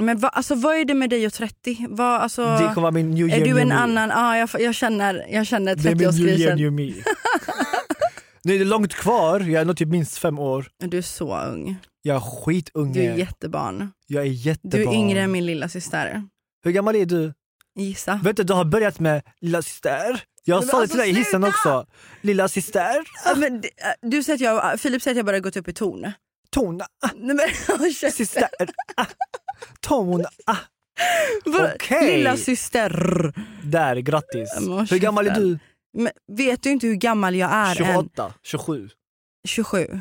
Speaker 3: Men va, alltså, vad är det med dig och 30? Vad, alltså,
Speaker 2: Det kommer vara min new year,
Speaker 3: är du
Speaker 2: new
Speaker 3: en
Speaker 2: me.
Speaker 3: annan, ja jag, jag känner, jag känner
Speaker 2: Det är min new
Speaker 3: 30-årskrisen.
Speaker 2: year, new me. Nu är det långt kvar, jag är nog typ minst fem år.
Speaker 3: Du är så ung,
Speaker 2: Jag är skitunge.
Speaker 3: du är jättebarn.
Speaker 2: jag är jättebarn.
Speaker 3: Du är yngre än min lilla syster.
Speaker 2: Hur gammal är du?
Speaker 3: Gissa.
Speaker 2: Vet du, du har börjat med lilla syster. Jag
Speaker 3: Men
Speaker 2: sa det
Speaker 3: alltså,
Speaker 2: till dig i hissen
Speaker 3: sluta!
Speaker 2: också. Lilla syster,
Speaker 3: Ja, men, det- äh, du säger att jag, Filip säger att jag bara gått upp i ton.
Speaker 2: Ah. tona,
Speaker 3: Nej, men,
Speaker 2: syster, ah, tona. Ah.
Speaker 3: Vadå?
Speaker 2: Okej.
Speaker 3: Lilla syster.
Speaker 2: Där, grattis.
Speaker 3: Men vad
Speaker 2: Hur gammal är du?
Speaker 3: käften. Men vet du inte hur gammal jag är än?
Speaker 2: 28, 27.
Speaker 3: 27.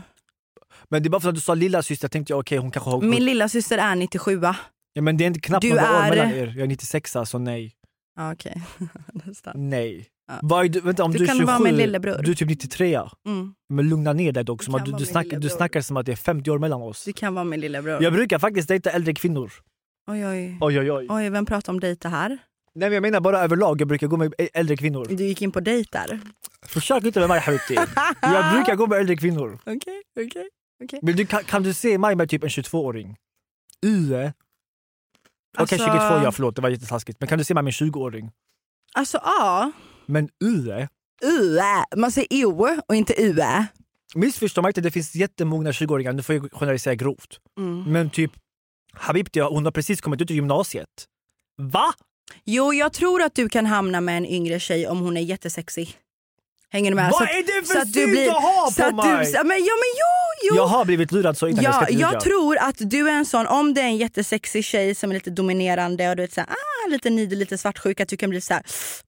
Speaker 2: Men det är bara för att du sa lilla syster tänkte jag okej hon kanske har...
Speaker 3: Min lilla syster är 97 va?
Speaker 2: ja, men det är inte knappt
Speaker 3: Du
Speaker 2: några
Speaker 3: är-
Speaker 2: år mellan er. Jag är 96 så nej.
Speaker 3: Ja, okej. Nästan.
Speaker 2: Nej.
Speaker 3: Ja.
Speaker 2: Vad är du, vänta om
Speaker 3: Du
Speaker 2: du,
Speaker 3: kan
Speaker 2: är 27,
Speaker 3: vara min lillebror.
Speaker 2: du är typ 93 ja.
Speaker 3: Mm.
Speaker 2: Men lugna ner dig dock, som
Speaker 3: kan
Speaker 2: att du,
Speaker 3: vara
Speaker 2: du,
Speaker 3: min
Speaker 2: snack, du
Speaker 3: lillebror.
Speaker 2: snackar som att det är 50 år mellan oss.
Speaker 3: Du kan vara min lillebror.
Speaker 2: Jag brukar faktiskt dejta äldre kvinnor.
Speaker 3: Oj, oj.
Speaker 2: Oj oj oj.
Speaker 3: Oj, vem pratar om dejta här?
Speaker 2: Nej men jag menar bara överlag, jag brukar gå med ä- äldre kvinnor.
Speaker 3: Du gick in på dejt där.
Speaker 2: Försök inte med mig Haruti. Jag brukar gå med äldre kvinnor.
Speaker 3: Okej, okej. okej.
Speaker 2: Men du, kan, kan du se mig med typ en 22-åring? Ue. Okej
Speaker 3: Alltså-
Speaker 2: 22 ja, förlåt det var jättetaskigt. Men kan du se mig med en 20-åring?
Speaker 3: Alltså ja,
Speaker 2: Men ue.
Speaker 3: ue. Man säger ue och inte ue.
Speaker 2: Missförstå mig inte, det finns jättemogna 20-åringar, nu får jag generalisera grovt.
Speaker 3: Mm.
Speaker 2: Men typ Habibti, hon har precis kommit ut ur gymnasiet. Va?
Speaker 3: Jo, jag tror att du kan hamna med en yngre tjej om hon är jättesexig. Hänger du med?
Speaker 2: Vad
Speaker 3: att-
Speaker 2: är det för
Speaker 3: så att du
Speaker 2: syn
Speaker 3: blir-
Speaker 2: du har
Speaker 3: så
Speaker 2: på
Speaker 3: att
Speaker 2: mig?
Speaker 3: Du, ja, men, ja, men jo, jo.
Speaker 2: Jag har blivit lurad så innan jag ska
Speaker 3: Ja,
Speaker 2: inte ljuga.
Speaker 3: jag tror att du är en sån, om det är en jättesexig tjej som är lite dominerande och du vet såhär, ah, lite nidig, lite svartsjuk, att du kan bli såhär,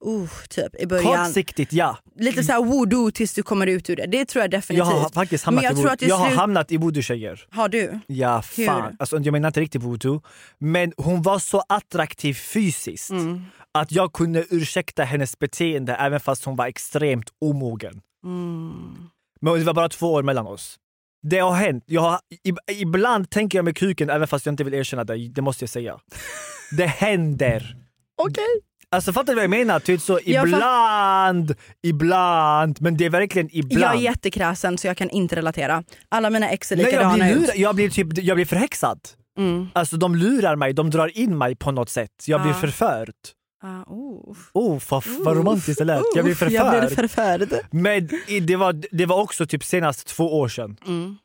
Speaker 3: uh, typ i början.
Speaker 2: Kortsiktigt ja.
Speaker 3: Lite såhär voodoo tills du kommer ut ur det. Det tror jag
Speaker 2: Jag
Speaker 3: definitivt.
Speaker 2: har faktiskt
Speaker 3: Men
Speaker 2: hamnat
Speaker 3: jag
Speaker 2: i
Speaker 3: tror
Speaker 2: voodoo.
Speaker 3: att i
Speaker 2: Jag har
Speaker 3: slut...
Speaker 2: hamnat i voodoo-tjejer.
Speaker 3: Har du?
Speaker 2: Ja,
Speaker 3: Hur?
Speaker 2: fan. Alltså, jag menar inte riktigt voodoo, men hon var så attraktiv fysiskt
Speaker 3: Mm.
Speaker 2: att jag kunde ursäkta hennes beteende även fast hon var extremt omogen.
Speaker 3: Mm.
Speaker 2: Men det var bara två år mellan oss. Det har hänt. Jag har, ib- ibland tänker jag med kuken även fast jag inte vill erkänna det. Det måste jag säga. Det händer.
Speaker 3: Okej.
Speaker 2: Alltså fattar du vad jag menar? Typ så
Speaker 3: Jag fatt-
Speaker 2: ibland, ibland, men det är verkligen ibland.
Speaker 3: Jag är jättekrasen så jag kan inte relatera. Alla mina ex är
Speaker 2: Nej, jag,
Speaker 3: likadana
Speaker 2: blir
Speaker 3: ut. Mm.
Speaker 2: lurad, jag, blir typ, jag blir förhäxad. Alltså de lurar mig, de drar in mig på något sätt. Jag blir
Speaker 3: Ja.
Speaker 2: förförd.
Speaker 3: Ah, oh.
Speaker 2: Oh, vad, vad romantiskt det lät. Jag blir
Speaker 3: Uff, Jag blir
Speaker 2: förförd.
Speaker 3: förförd.
Speaker 2: Men i- det var, det var också typ senast två år sedan.
Speaker 3: Mm.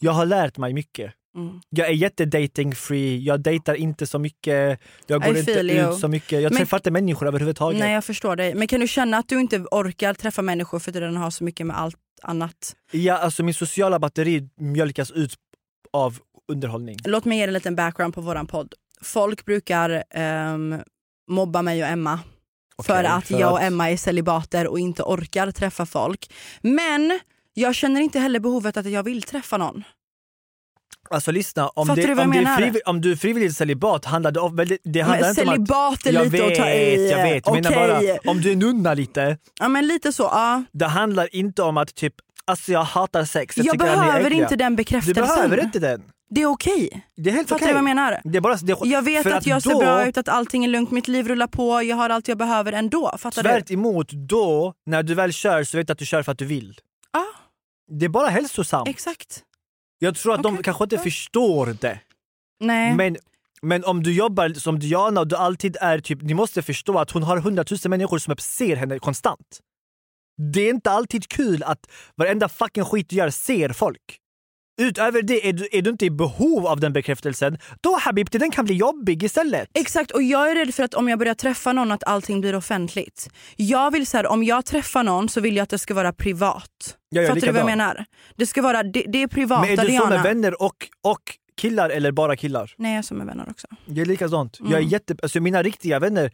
Speaker 2: Jag har lärt mig mycket.
Speaker 3: Mm.
Speaker 2: Jag är jättedating free, jag dejtar inte så mycket, jag
Speaker 3: I
Speaker 2: går inte
Speaker 3: feel
Speaker 2: ut
Speaker 3: you.
Speaker 2: så mycket, jag
Speaker 3: Men-
Speaker 2: träffar inte människor överhuvudtaget.
Speaker 3: Nej jag förstår dig. Men kan du känna att du inte orkar träffa människor för att den har så mycket med allt annat?
Speaker 2: Ja, alltså min sociala batteri mjölkas ut av underhållning.
Speaker 3: Låt mig ge dig en liten background på våran podd. Folk brukar ehm, mobba mig och Emma för
Speaker 2: Okej,
Speaker 3: att
Speaker 2: för
Speaker 3: jag och
Speaker 2: att-
Speaker 3: Emma är celibater och inte orkar träffa folk. Men jag känner inte heller behovet att jag vill träffa någon.
Speaker 2: Alltså lyssna, om,
Speaker 3: Fattar
Speaker 2: det,
Speaker 3: du vad
Speaker 2: om,
Speaker 3: jag
Speaker 2: det är
Speaker 3: menar?
Speaker 2: frivill, om du är frivilligt celibat handlar det om... väl, det- Det handlar
Speaker 3: Men
Speaker 2: inte om att...
Speaker 3: celibat är
Speaker 2: jag
Speaker 3: lite att ta i.
Speaker 2: vet, Jag vet, jag
Speaker 3: Okej.
Speaker 2: menar bara om du är nunna lite.
Speaker 3: Ja men lite så, ja.
Speaker 2: Det handlar inte om att typ, alltså jag hatar sex, jag,
Speaker 3: Jag
Speaker 2: tycker att ni är
Speaker 3: behöver
Speaker 2: äckliga.
Speaker 3: inte den
Speaker 2: Du
Speaker 3: bekräftelsen.
Speaker 2: behöver inte den.
Speaker 3: Det är okej.
Speaker 2: Det är helt
Speaker 3: Fattar
Speaker 2: okej.
Speaker 3: du vad jag menar?
Speaker 2: Det är bara, det är,
Speaker 3: Jag vet
Speaker 2: för
Speaker 3: att, jag ser
Speaker 2: då-
Speaker 3: bra ut, att allting är lugnt, mitt liv rullar på, jag har allt jag behöver ändå. Fattar
Speaker 2: Tvärt
Speaker 3: du?
Speaker 2: emot då, när du väl kör så vet du att du kör för att du vill.
Speaker 3: Ja,
Speaker 2: Det är bara hälsosamt.
Speaker 3: exakt.
Speaker 2: jag tror att de
Speaker 3: Okej.
Speaker 2: kanske inte förstår det.
Speaker 3: Nej.
Speaker 2: Men, men om du jobbar som Diana och du alltid är typ, ni måste förstå att hon har hundratusen människor som ser henne konstant. Det är inte alltid kul att varenda fucking skit du gör ser folk. Utöver det, är du, är du inte i behov av den bekräftelsen, då habibti, den kan bli jobbig istället.
Speaker 3: Exakt, och jag är rädd för att om jag börjar träffa någon att allting blir offentligt. Jag vill så här, om jag träffar någon så vill jag att det ska vara privat.
Speaker 2: Ja, ja,
Speaker 3: Fattar du vad jag
Speaker 2: likadan.
Speaker 3: menar? Det ska vara, det, det är privat,
Speaker 2: men är du så
Speaker 3: Diana.
Speaker 2: med vänner och, och killar eller bara killar?
Speaker 3: Nej, jag är som med vänner också.
Speaker 2: Det är likadant. Jag
Speaker 3: Mm.
Speaker 2: är jätte, alltså mina riktiga vänner,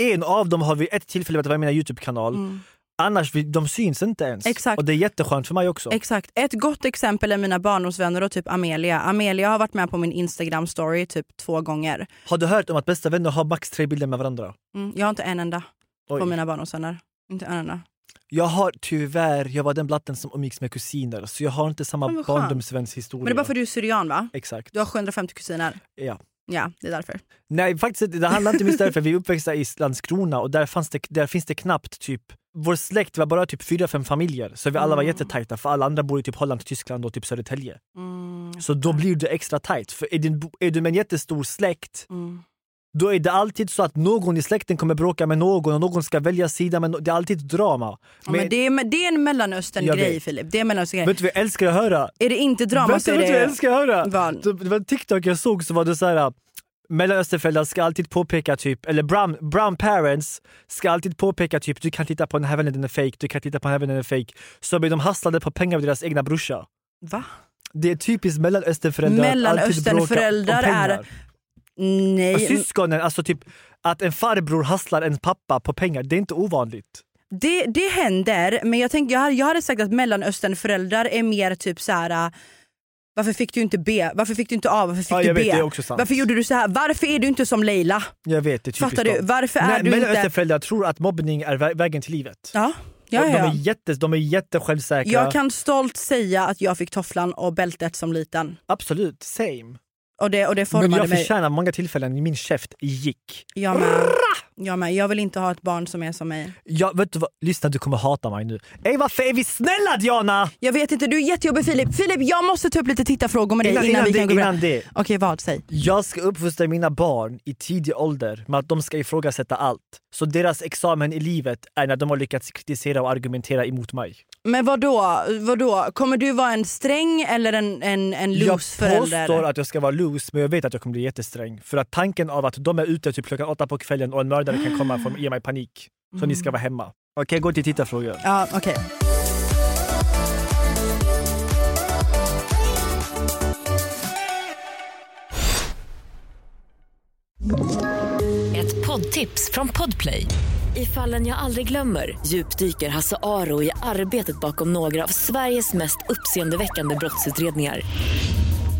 Speaker 2: en av dem har vid ett tillfälle varit med i min Youtube-kanal. Annars vi, de syns inte ens.
Speaker 3: Mm. Exakt.
Speaker 2: Och det är jätteskönt för mig också.
Speaker 3: Exakt. Ett gott exempel är mina barndomsvänner och typ Amelia. Amelia har varit med på min Instagram story typ två gånger.
Speaker 2: Har du hört om att bästa vänner har max tre bilder med varandra?
Speaker 3: Mm, jag har inte en enda på
Speaker 2: Oj.
Speaker 3: mina barndomsvänner. Inte en enda.
Speaker 2: Jag har tyvärr, jag var den blatten som umgicks med kusiner så jag har inte
Speaker 3: Men
Speaker 2: samma
Speaker 3: vad skönt.
Speaker 2: barndomsvänshistoria.
Speaker 3: Men det är bara för att du är syrian va?
Speaker 2: Exakt.
Speaker 3: Du har 750 kusiner.
Speaker 2: Ja.
Speaker 3: Ja, det är därför.
Speaker 2: Nej faktiskt, inte. det handlar inte minst därför vi är uppväxta i Landskrona och där, fanns det, där finns det knappt typ vår släkt var bara typ fyra, fem familjer så vi alla
Speaker 3: Mm.
Speaker 2: var jättetajta för alla andra bor i typ Holland, Tyskland och typ Södertälje.
Speaker 3: Mm.
Speaker 2: Så då blir det extra tajt. För är, din, bo- är du med en jättestor släkt,
Speaker 3: Mm.
Speaker 2: då är det alltid så att någon i släkten kommer bråka med någon och någon ska välja sida. Men det är alltid drama.
Speaker 3: Ja, men det, är, det är en
Speaker 2: Jag
Speaker 3: mellanöstern-grej
Speaker 2: vet.
Speaker 3: Filip. Det är en mellanöstern-grej.
Speaker 2: Vet du vad jag älskar att höra?
Speaker 3: Är det inte drama
Speaker 2: vet
Speaker 3: så
Speaker 2: du
Speaker 3: är
Speaker 2: vet du vad jag
Speaker 3: det...
Speaker 2: älskar att höra?
Speaker 3: Vad?
Speaker 2: Det det var en TikTok jag såg så var det så här. Mellanösternföräldrar ska alltid påpeka typ, eller brown, brown parents ska alltid påpeka typ du kan titta på den här vännen den är fake, du kan titta på den här vännen den är fake. Så blir de hasslade på pengar av deras egna brorsa.
Speaker 3: Va?
Speaker 2: Det är typiskt mellanösternföräldrar
Speaker 3: Mellanösternföräldrar är-
Speaker 2: är Och
Speaker 3: Nej,
Speaker 2: syskonen, alltså typ att en farbror hasslar en pappa på pengar, det är inte ovanligt.
Speaker 3: det, det händer. Men jag, tänker, jag, hade, jag hade sagt att mellanösternföräldrar är mer typ så här. äh, Varför fick du inte B? Varför fick du inte A? Varför fick
Speaker 2: Ja,
Speaker 3: du
Speaker 2: jag
Speaker 3: B?
Speaker 2: vet, det är också sant.
Speaker 3: Varför gjorde du så här? Varför är du inte som Leila?
Speaker 2: Jag vet, det är typiskt
Speaker 3: Fattar du?
Speaker 2: dem.
Speaker 3: Varför är
Speaker 2: Nej,
Speaker 3: du inte-
Speaker 2: Mellanösternföräldrar tror att mobbning är vä- vägen till livet.
Speaker 3: Ja, ja,
Speaker 2: Och
Speaker 3: ja.
Speaker 2: De är, jätte, de är jättesjälvsäkra.
Speaker 3: Jag kan stolt säga att jag fick tofflan och bältet som liten.
Speaker 2: Absolut, same.
Speaker 3: Och det, och det
Speaker 2: Men
Speaker 3: formade
Speaker 2: jag
Speaker 3: mig.
Speaker 2: förtjänar många tillfällen min käft gick.
Speaker 3: Jag med. jag med. Jag vill inte ha ett barn som är som mig.
Speaker 2: Jag, vet du vad? Lyssna, du kommer hata mig nu. Ey, varför är vi snälla Diana?
Speaker 3: Jag vet inte, du är jättejobbig Filip. Filip jag måste ta upp lite tittarfrågor med dig innan,
Speaker 2: Innan- innan
Speaker 3: vi
Speaker 2: det-
Speaker 3: kan gå vidare.
Speaker 2: innan det.
Speaker 3: Okej vad, säg.
Speaker 2: Jag ska uppfostra mina barn i tidig ålder med att de ska ifrågasätta allt. Så deras examen i livet är när de har lyckats kritisera och argumentera emot mig.
Speaker 3: Men vadå, vadå? kommer du vara en sträng eller en, en, en loose förälder?
Speaker 2: Jag påstår att jag ska vara loose men jag vet att jag kommer bli jättesträng. För att tanken av att de är ute typ klockan åtta på kvällen och en mördare kan komma får ge mig panik. Så ni ska vara hemma. Okej, gå till tittarfrågor.
Speaker 3: Ja, okej.
Speaker 1: Ett poddtips från Podplay. I fallen jag aldrig glömmer djupdyker Hasse Aro i arbetet bakom några av Sveriges mest uppseendeväckande brottsutredningar.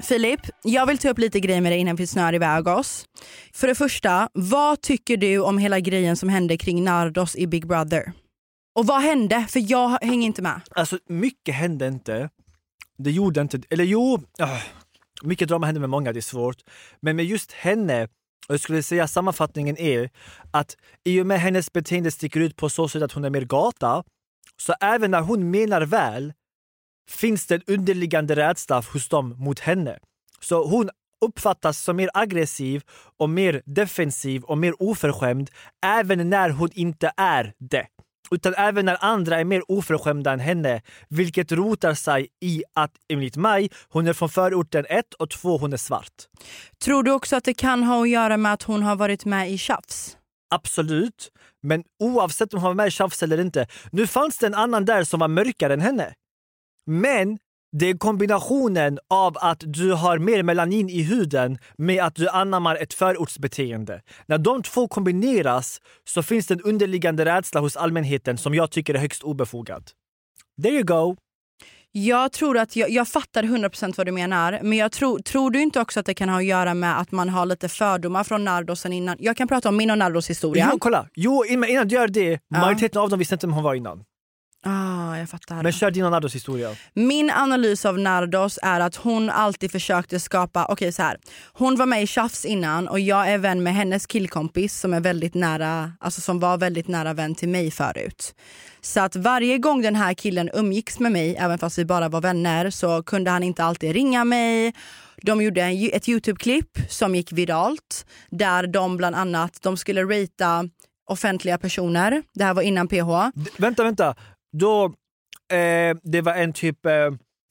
Speaker 3: Filip, jag vill ta upp lite grejer med dig innan vi snör iväg oss. För det första, vad tycker du om hela grejen som hände kring Nardos i Big Brother? Och vad hände? För jag hänger inte med.
Speaker 2: Alltså mycket hände inte. Det gjorde inte... Eller jo, ah, mycket drama hände med många, det är svårt. Men med just henne, och jag skulle säga sammanfattningen är att i och med hennes beteende sticker ut på så sätt att hon är mer gata, så även när hon menar väl finns det en underliggande rädsla hos dem mot henne. Så hon uppfattas som mer aggressiv och mer defensiv och mer oförskämd även när hon inte är det. Utan även när andra är mer oförskämda än henne, vilket rotar sig i att enligt mig, hon är från förorten 1 och 2, hon är svart.
Speaker 3: Tror du också att det kan ha att göra med att hon har varit med i tjafs?
Speaker 2: Absolut. Men oavsett om han var med i tjafs eller inte. Nu fanns det en annan där som var mörkare än henne. Men det är kombinationen av att du har mer melanin i huden med att du anammar ett förortsbeteende. När de två kombineras så finns det en underliggande rädsla hos allmänheten som jag tycker är högst obefogad. There you go.
Speaker 3: Jag tror att jag, jag fattar 100% vad du menar, men jag tror, tror du inte också att det kan ha att göra med att man har lite fördomar från Nardos sen innan? Jag kan prata om min och Nardos historia.
Speaker 2: Jo, kolla. Jo, innan innan du gör det, majoriteten av dem visste inte vem hon var innan.
Speaker 3: Ah, jag fattar.
Speaker 2: Men kör din och Nardos historia.
Speaker 3: Min analys av Nardos är att hon alltid försökte skapa, okej så här. hon var med i Tjafs innan och jag är vän med hennes killkompis som är väldigt nära, alltså som var väldigt nära vän till mig förut. Så att varje gång den här killen umgicks med mig, även fast vi bara var vänner, så kunde han inte alltid ringa mig. De gjorde en, ett Youtube-klipp som gick viralt där de bland annat, de skulle ratea offentliga personer, det här var innan PH.
Speaker 2: D- vänta, vänta. Då, eh, det var en typ eh,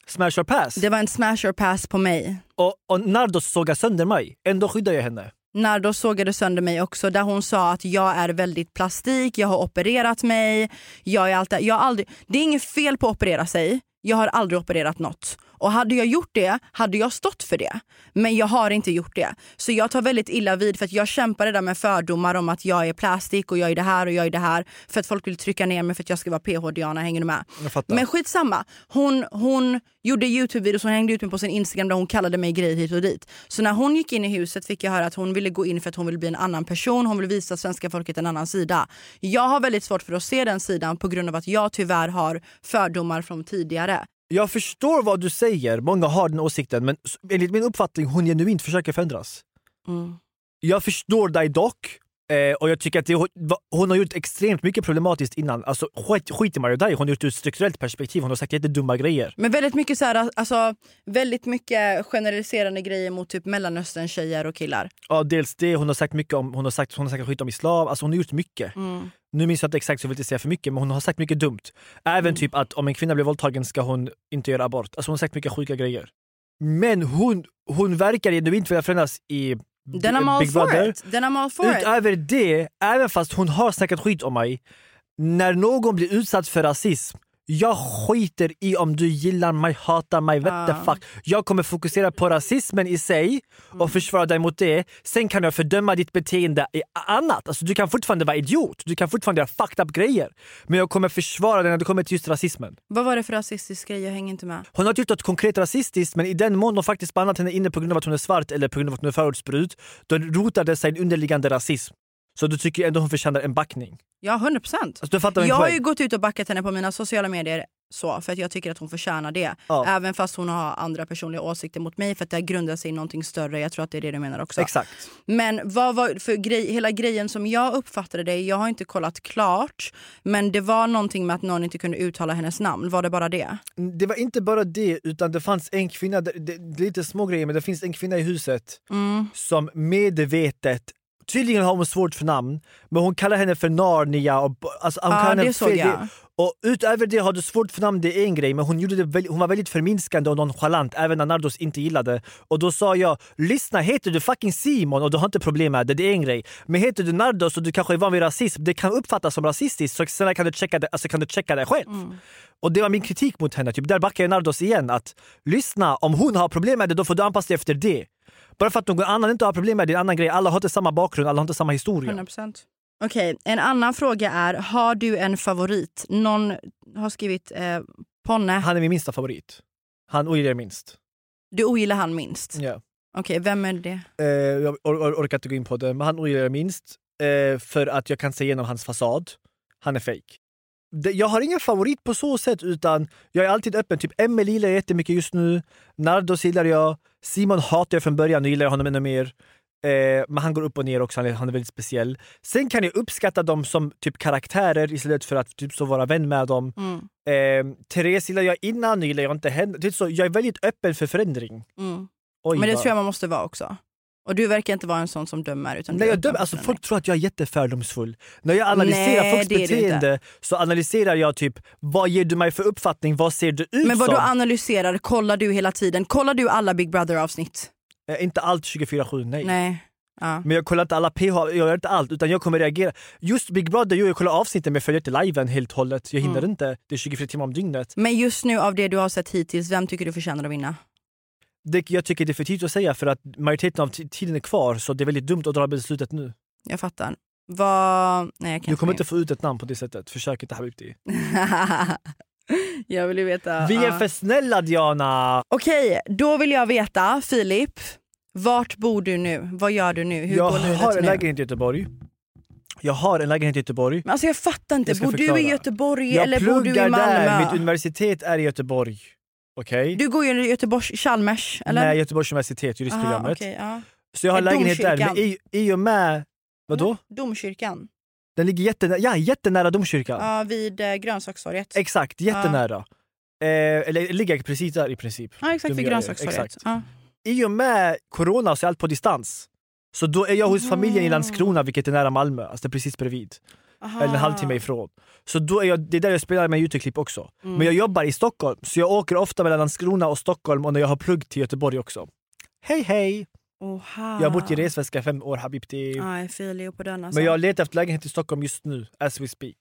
Speaker 2: smash or pass.
Speaker 3: Det var en smash or pass på mig.
Speaker 2: Och, och Nardos sågar sönder mig. Ändå skyddar jag henne.
Speaker 3: Nardo sågade sönder mig också där hon sa att jag är väldigt plastik, jag har opererat mig. Jag är allt det, jag har aldrig, det är inget fel på att operera sig, jag har aldrig opererat något. Och hade jag gjort det hade jag stått för det. Men jag har inte gjort det. Så jag tar väldigt illa vid för att jag kämpar redan med fördomar om att jag är plastik och jag är det här och jag är det här. För att folk vill trycka ner mig för att jag ska vara PH-Diana, hänger du med?
Speaker 2: Jag fattar.
Speaker 3: Men skitsamma, hon, hon gjorde Youtube-videos, hon hängde ut mig på sin Instagram där hon kallade mig grejer hit och dit. Så när hon gick in i huset fick jag höra att hon ville gå in för att hon vill bli en annan person, hon vill visa svenska folket en annan sida. Jag har väldigt svårt för att se den sidan på grund av att jag tyvärr har fördomar från tidigare.
Speaker 2: Jag förstår vad du säger, många har den åsikten, men s- enligt min uppfattning hon genuint försöker förändras. Jag förstår dig dock, eh, och jag tycker att det, hon, va- hon har gjort extremt mycket problematiskt innan. Alltså, skit, skit i Mario Dai, hon har gjort det ur ett strukturellt perspektiv, hon har sagt jättedumma grejer.
Speaker 3: Men väldigt mycket, så här, alltså, väldigt mycket generaliserande grejer mot typ mellanöstern tjejer och killar.
Speaker 2: Ja, dels det, hon har sagt mycket om, hon har sagt, hon har sagt skit om islam, alltså hon har gjort mycket. Nu minns jag inte exakt så jag vill inte säga för mycket, men hon har sagt mycket dumt. Även
Speaker 3: Mm.
Speaker 2: typ att om en kvinna blir våldtagen ska hon inte göra abort. Alltså hon har sagt mycket sjuka grejer. Men hon, hon verkar genuint vilja förändras i
Speaker 3: Den har all
Speaker 2: Big
Speaker 3: for
Speaker 2: Brother.
Speaker 3: it. Den har all for it.
Speaker 2: Utöver det, även fast hon har snackat skit om mig, när någon blir utsatt för rasism, jag skiter i om du gillar mig, hatar mig, what the fuck. Jag kommer fokusera på rasismen i sig och försvara dig mot det. Sen kan jag fördöma ditt beteende i annat. Alltså, du kan fortfarande vara idiot, du kan fortfarande göra fucked up grejer. Men jag kommer försvara dig när det kommer till just rasismen.
Speaker 3: Vad var det för rasistisk grej? Jag hänger inte med.
Speaker 2: Hon har inte gjort något konkret rasistiskt men i den mån de faktiskt bannat henne inne på grund av att hon är svart eller på grund av att hon är förortsbrud, då rotade sig en underliggande rasism. Så du tycker ändå hon förtjänar en backning?
Speaker 3: Ja, 100 procent.
Speaker 2: Alltså, du fattar min
Speaker 3: Jag har
Speaker 2: poäng?
Speaker 3: ju gått ut och backat henne på mina sociala medier så, för att jag tycker att hon förtjänar det.
Speaker 2: Ja.
Speaker 3: Även fast hon har andra personliga åsikter mot mig för att det grundar sig i någonting större. Jag tror att det är det du menar också.
Speaker 2: Exakt.
Speaker 3: Men vad var för grej, hela grejen som jag uppfattade det, jag har inte kollat klart, men det var någonting med att någon inte kunde uttala hennes namn. Var det bara det?
Speaker 2: Det var inte bara det, utan det fanns en kvinna, där- det, det är lite små grejer men det finns en kvinna i huset
Speaker 3: Mm.
Speaker 2: som medvetet Tydligen har hon svårt för namn, men hon kallar henne för Narnia. Och, b- alltså, hon
Speaker 3: Ja,
Speaker 2: kallar henne
Speaker 3: Ah, det såg
Speaker 2: fel-
Speaker 3: jag.
Speaker 2: Och utöver det har du svårt för namn, det är en grej, men hon, gjorde det väl, hon var väldigt förminskande och nonchalant även när Nardos inte gillade. Och då sa jag, lyssna heter du fucking Simon och du har inte problem med det, det är en grej. Men heter du Nardos och du kanske är van vid rasism, det kan uppfattas som rasistiskt så sen kan du checka det, alltså kan du checka det själv.
Speaker 3: Mm.
Speaker 2: Och det var min kritik mot henne, typ, där backar jag Nardos igen att lyssna, om hon har problem med det då får du anpassa dig efter det. Bara för att någon annan inte har problem med det är en annan grej, alla har inte samma bakgrund, alla har inte samma historia.
Speaker 3: 100%. Okej, en annan fråga är, har du en favorit? Någon har skrivit eh, Ponne.
Speaker 2: Han är min minsta favorit. Han ogillar jag minst.
Speaker 3: Du ogillar han minst?
Speaker 2: Ja.
Speaker 3: Okej, vem är det?
Speaker 2: Eh, jag or- or- orkar inte gå in på det, men han ogillar jag minst. Eh, för att jag kan se igenom hans fasad. Han är fake. Det, jag har ingen favorit på så sätt, utan jag är alltid öppen. Typ Emelie gillar jag jättemycket just nu. Nardos gillar jag. Simon hatar jag från början, nu gillar jag honom ännu mer. Eh, men han går upp och ner också, han är, han är väldigt speciell. Sen kan jag uppskatta dem som typ karaktärer istället för att typ så vara vän med dem.
Speaker 3: Mm,
Speaker 2: Eh, Therese gillar jag innan, nu gillar jag inte henne. Det är så, jag är väldigt öppen för förändring.
Speaker 3: mm.
Speaker 2: Oj,
Speaker 3: Men det
Speaker 2: vad-
Speaker 3: tror jag man måste vara också. Och du verkar inte vara en sån som dömer. Utan
Speaker 2: Nej,
Speaker 3: du
Speaker 2: jag dömer, alltså, folk tror att jag är jättefördomsfull. När jag analyserar
Speaker 3: Nej,
Speaker 2: folks
Speaker 3: det är du
Speaker 2: beteende så analyserar jag typ vad ger du mig för uppfattning, vad ser du ut
Speaker 3: Men vad
Speaker 2: som?
Speaker 3: du analyserar, kollar du hela tiden? Kollar du alla Big Brother avsnitt?
Speaker 2: Eh, inte allt 24-7, nej.
Speaker 3: Nej. Ja.
Speaker 2: Men jag kollar inte alla PH, jag gör inte allt utan jag kommer reagera. Just Big Brother, jo, jag kollar avsnitten men jag följer inte liven helt och hållet. Jag hinner
Speaker 3: Mm.
Speaker 2: inte, det är 24 timmar om dygnet.
Speaker 3: Men just nu av det du har sett hittills, vem tycker du förtjänar att vinna?
Speaker 2: Det, jag tycker det är för tidigt att säga för att majoriteten av t- tiden är kvar så det är väldigt dumt att dra beslutet nu.
Speaker 3: Jag fattar. Vad... Nej jag kan
Speaker 2: Du kommer inte få ut ett namn på det sättet, försök inte Habibti.
Speaker 3: jag vill ju veta.
Speaker 2: Vi är
Speaker 3: ja.
Speaker 2: för snälla Diana!
Speaker 3: Okej, då vill jag veta, Filip. Vart bor du nu? Vad gör du nu? Hur
Speaker 2: jag
Speaker 3: går livet
Speaker 2: har
Speaker 3: nu?
Speaker 2: en lägenhet i Göteborg. Jag har en lägenhet i Göteborg.
Speaker 3: Men alltså jag fattar inte,
Speaker 2: Jag ska
Speaker 3: bor du
Speaker 2: förklara.
Speaker 3: i Göteborg
Speaker 2: Jag
Speaker 3: eller bor du
Speaker 2: pluggar
Speaker 3: i Malmö?
Speaker 2: där, mitt universitet är i Göteborg. Okej?
Speaker 3: Du går ju i Göteborgs Chalmers eller?
Speaker 2: Nej, Göteborgs universitet,
Speaker 3: Aha,
Speaker 2: juristprogrammet.
Speaker 3: okej, ja.
Speaker 2: Så jag har
Speaker 3: I
Speaker 2: lägenhet där. Men i,
Speaker 3: domkyrkan.
Speaker 2: i och med... Vadå?
Speaker 3: Mm, Domkyrkan,
Speaker 2: Den ligger jättenära, ja, jättenära domkyrkan.
Speaker 3: ja, vid eh, grönsakstorget.
Speaker 2: Exakt, jättenära. Eh, eller ligger precis där i princip.
Speaker 3: ja, exakt vid
Speaker 2: Dumma grejer,
Speaker 3: grönsakstorget.
Speaker 2: exakt.
Speaker 3: Ja.
Speaker 2: I och med corona så är allt på distans. Så då är jag
Speaker 3: Ah.
Speaker 2: hos familjen i Landskrona, vilket är nära Malmö. Alltså det är precis bredvid.
Speaker 3: Aha.
Speaker 2: eller en halvtimme ifrån. Så då är jag, det är där jag spelar med Youtube-klipp också.
Speaker 3: Mm.
Speaker 2: Men jag jobbar i Stockholm, så jag åker ofta mellan Landskrona och Stockholm och när jag har plugg till Göteborg också. Hej hej!
Speaker 3: Oha.
Speaker 2: Jag har bott i resväska i fem år habibti.
Speaker 3: Aj, Filip på den alltså.
Speaker 2: Men jag letar efter lägenhet i Stockholm just nu, as we speak.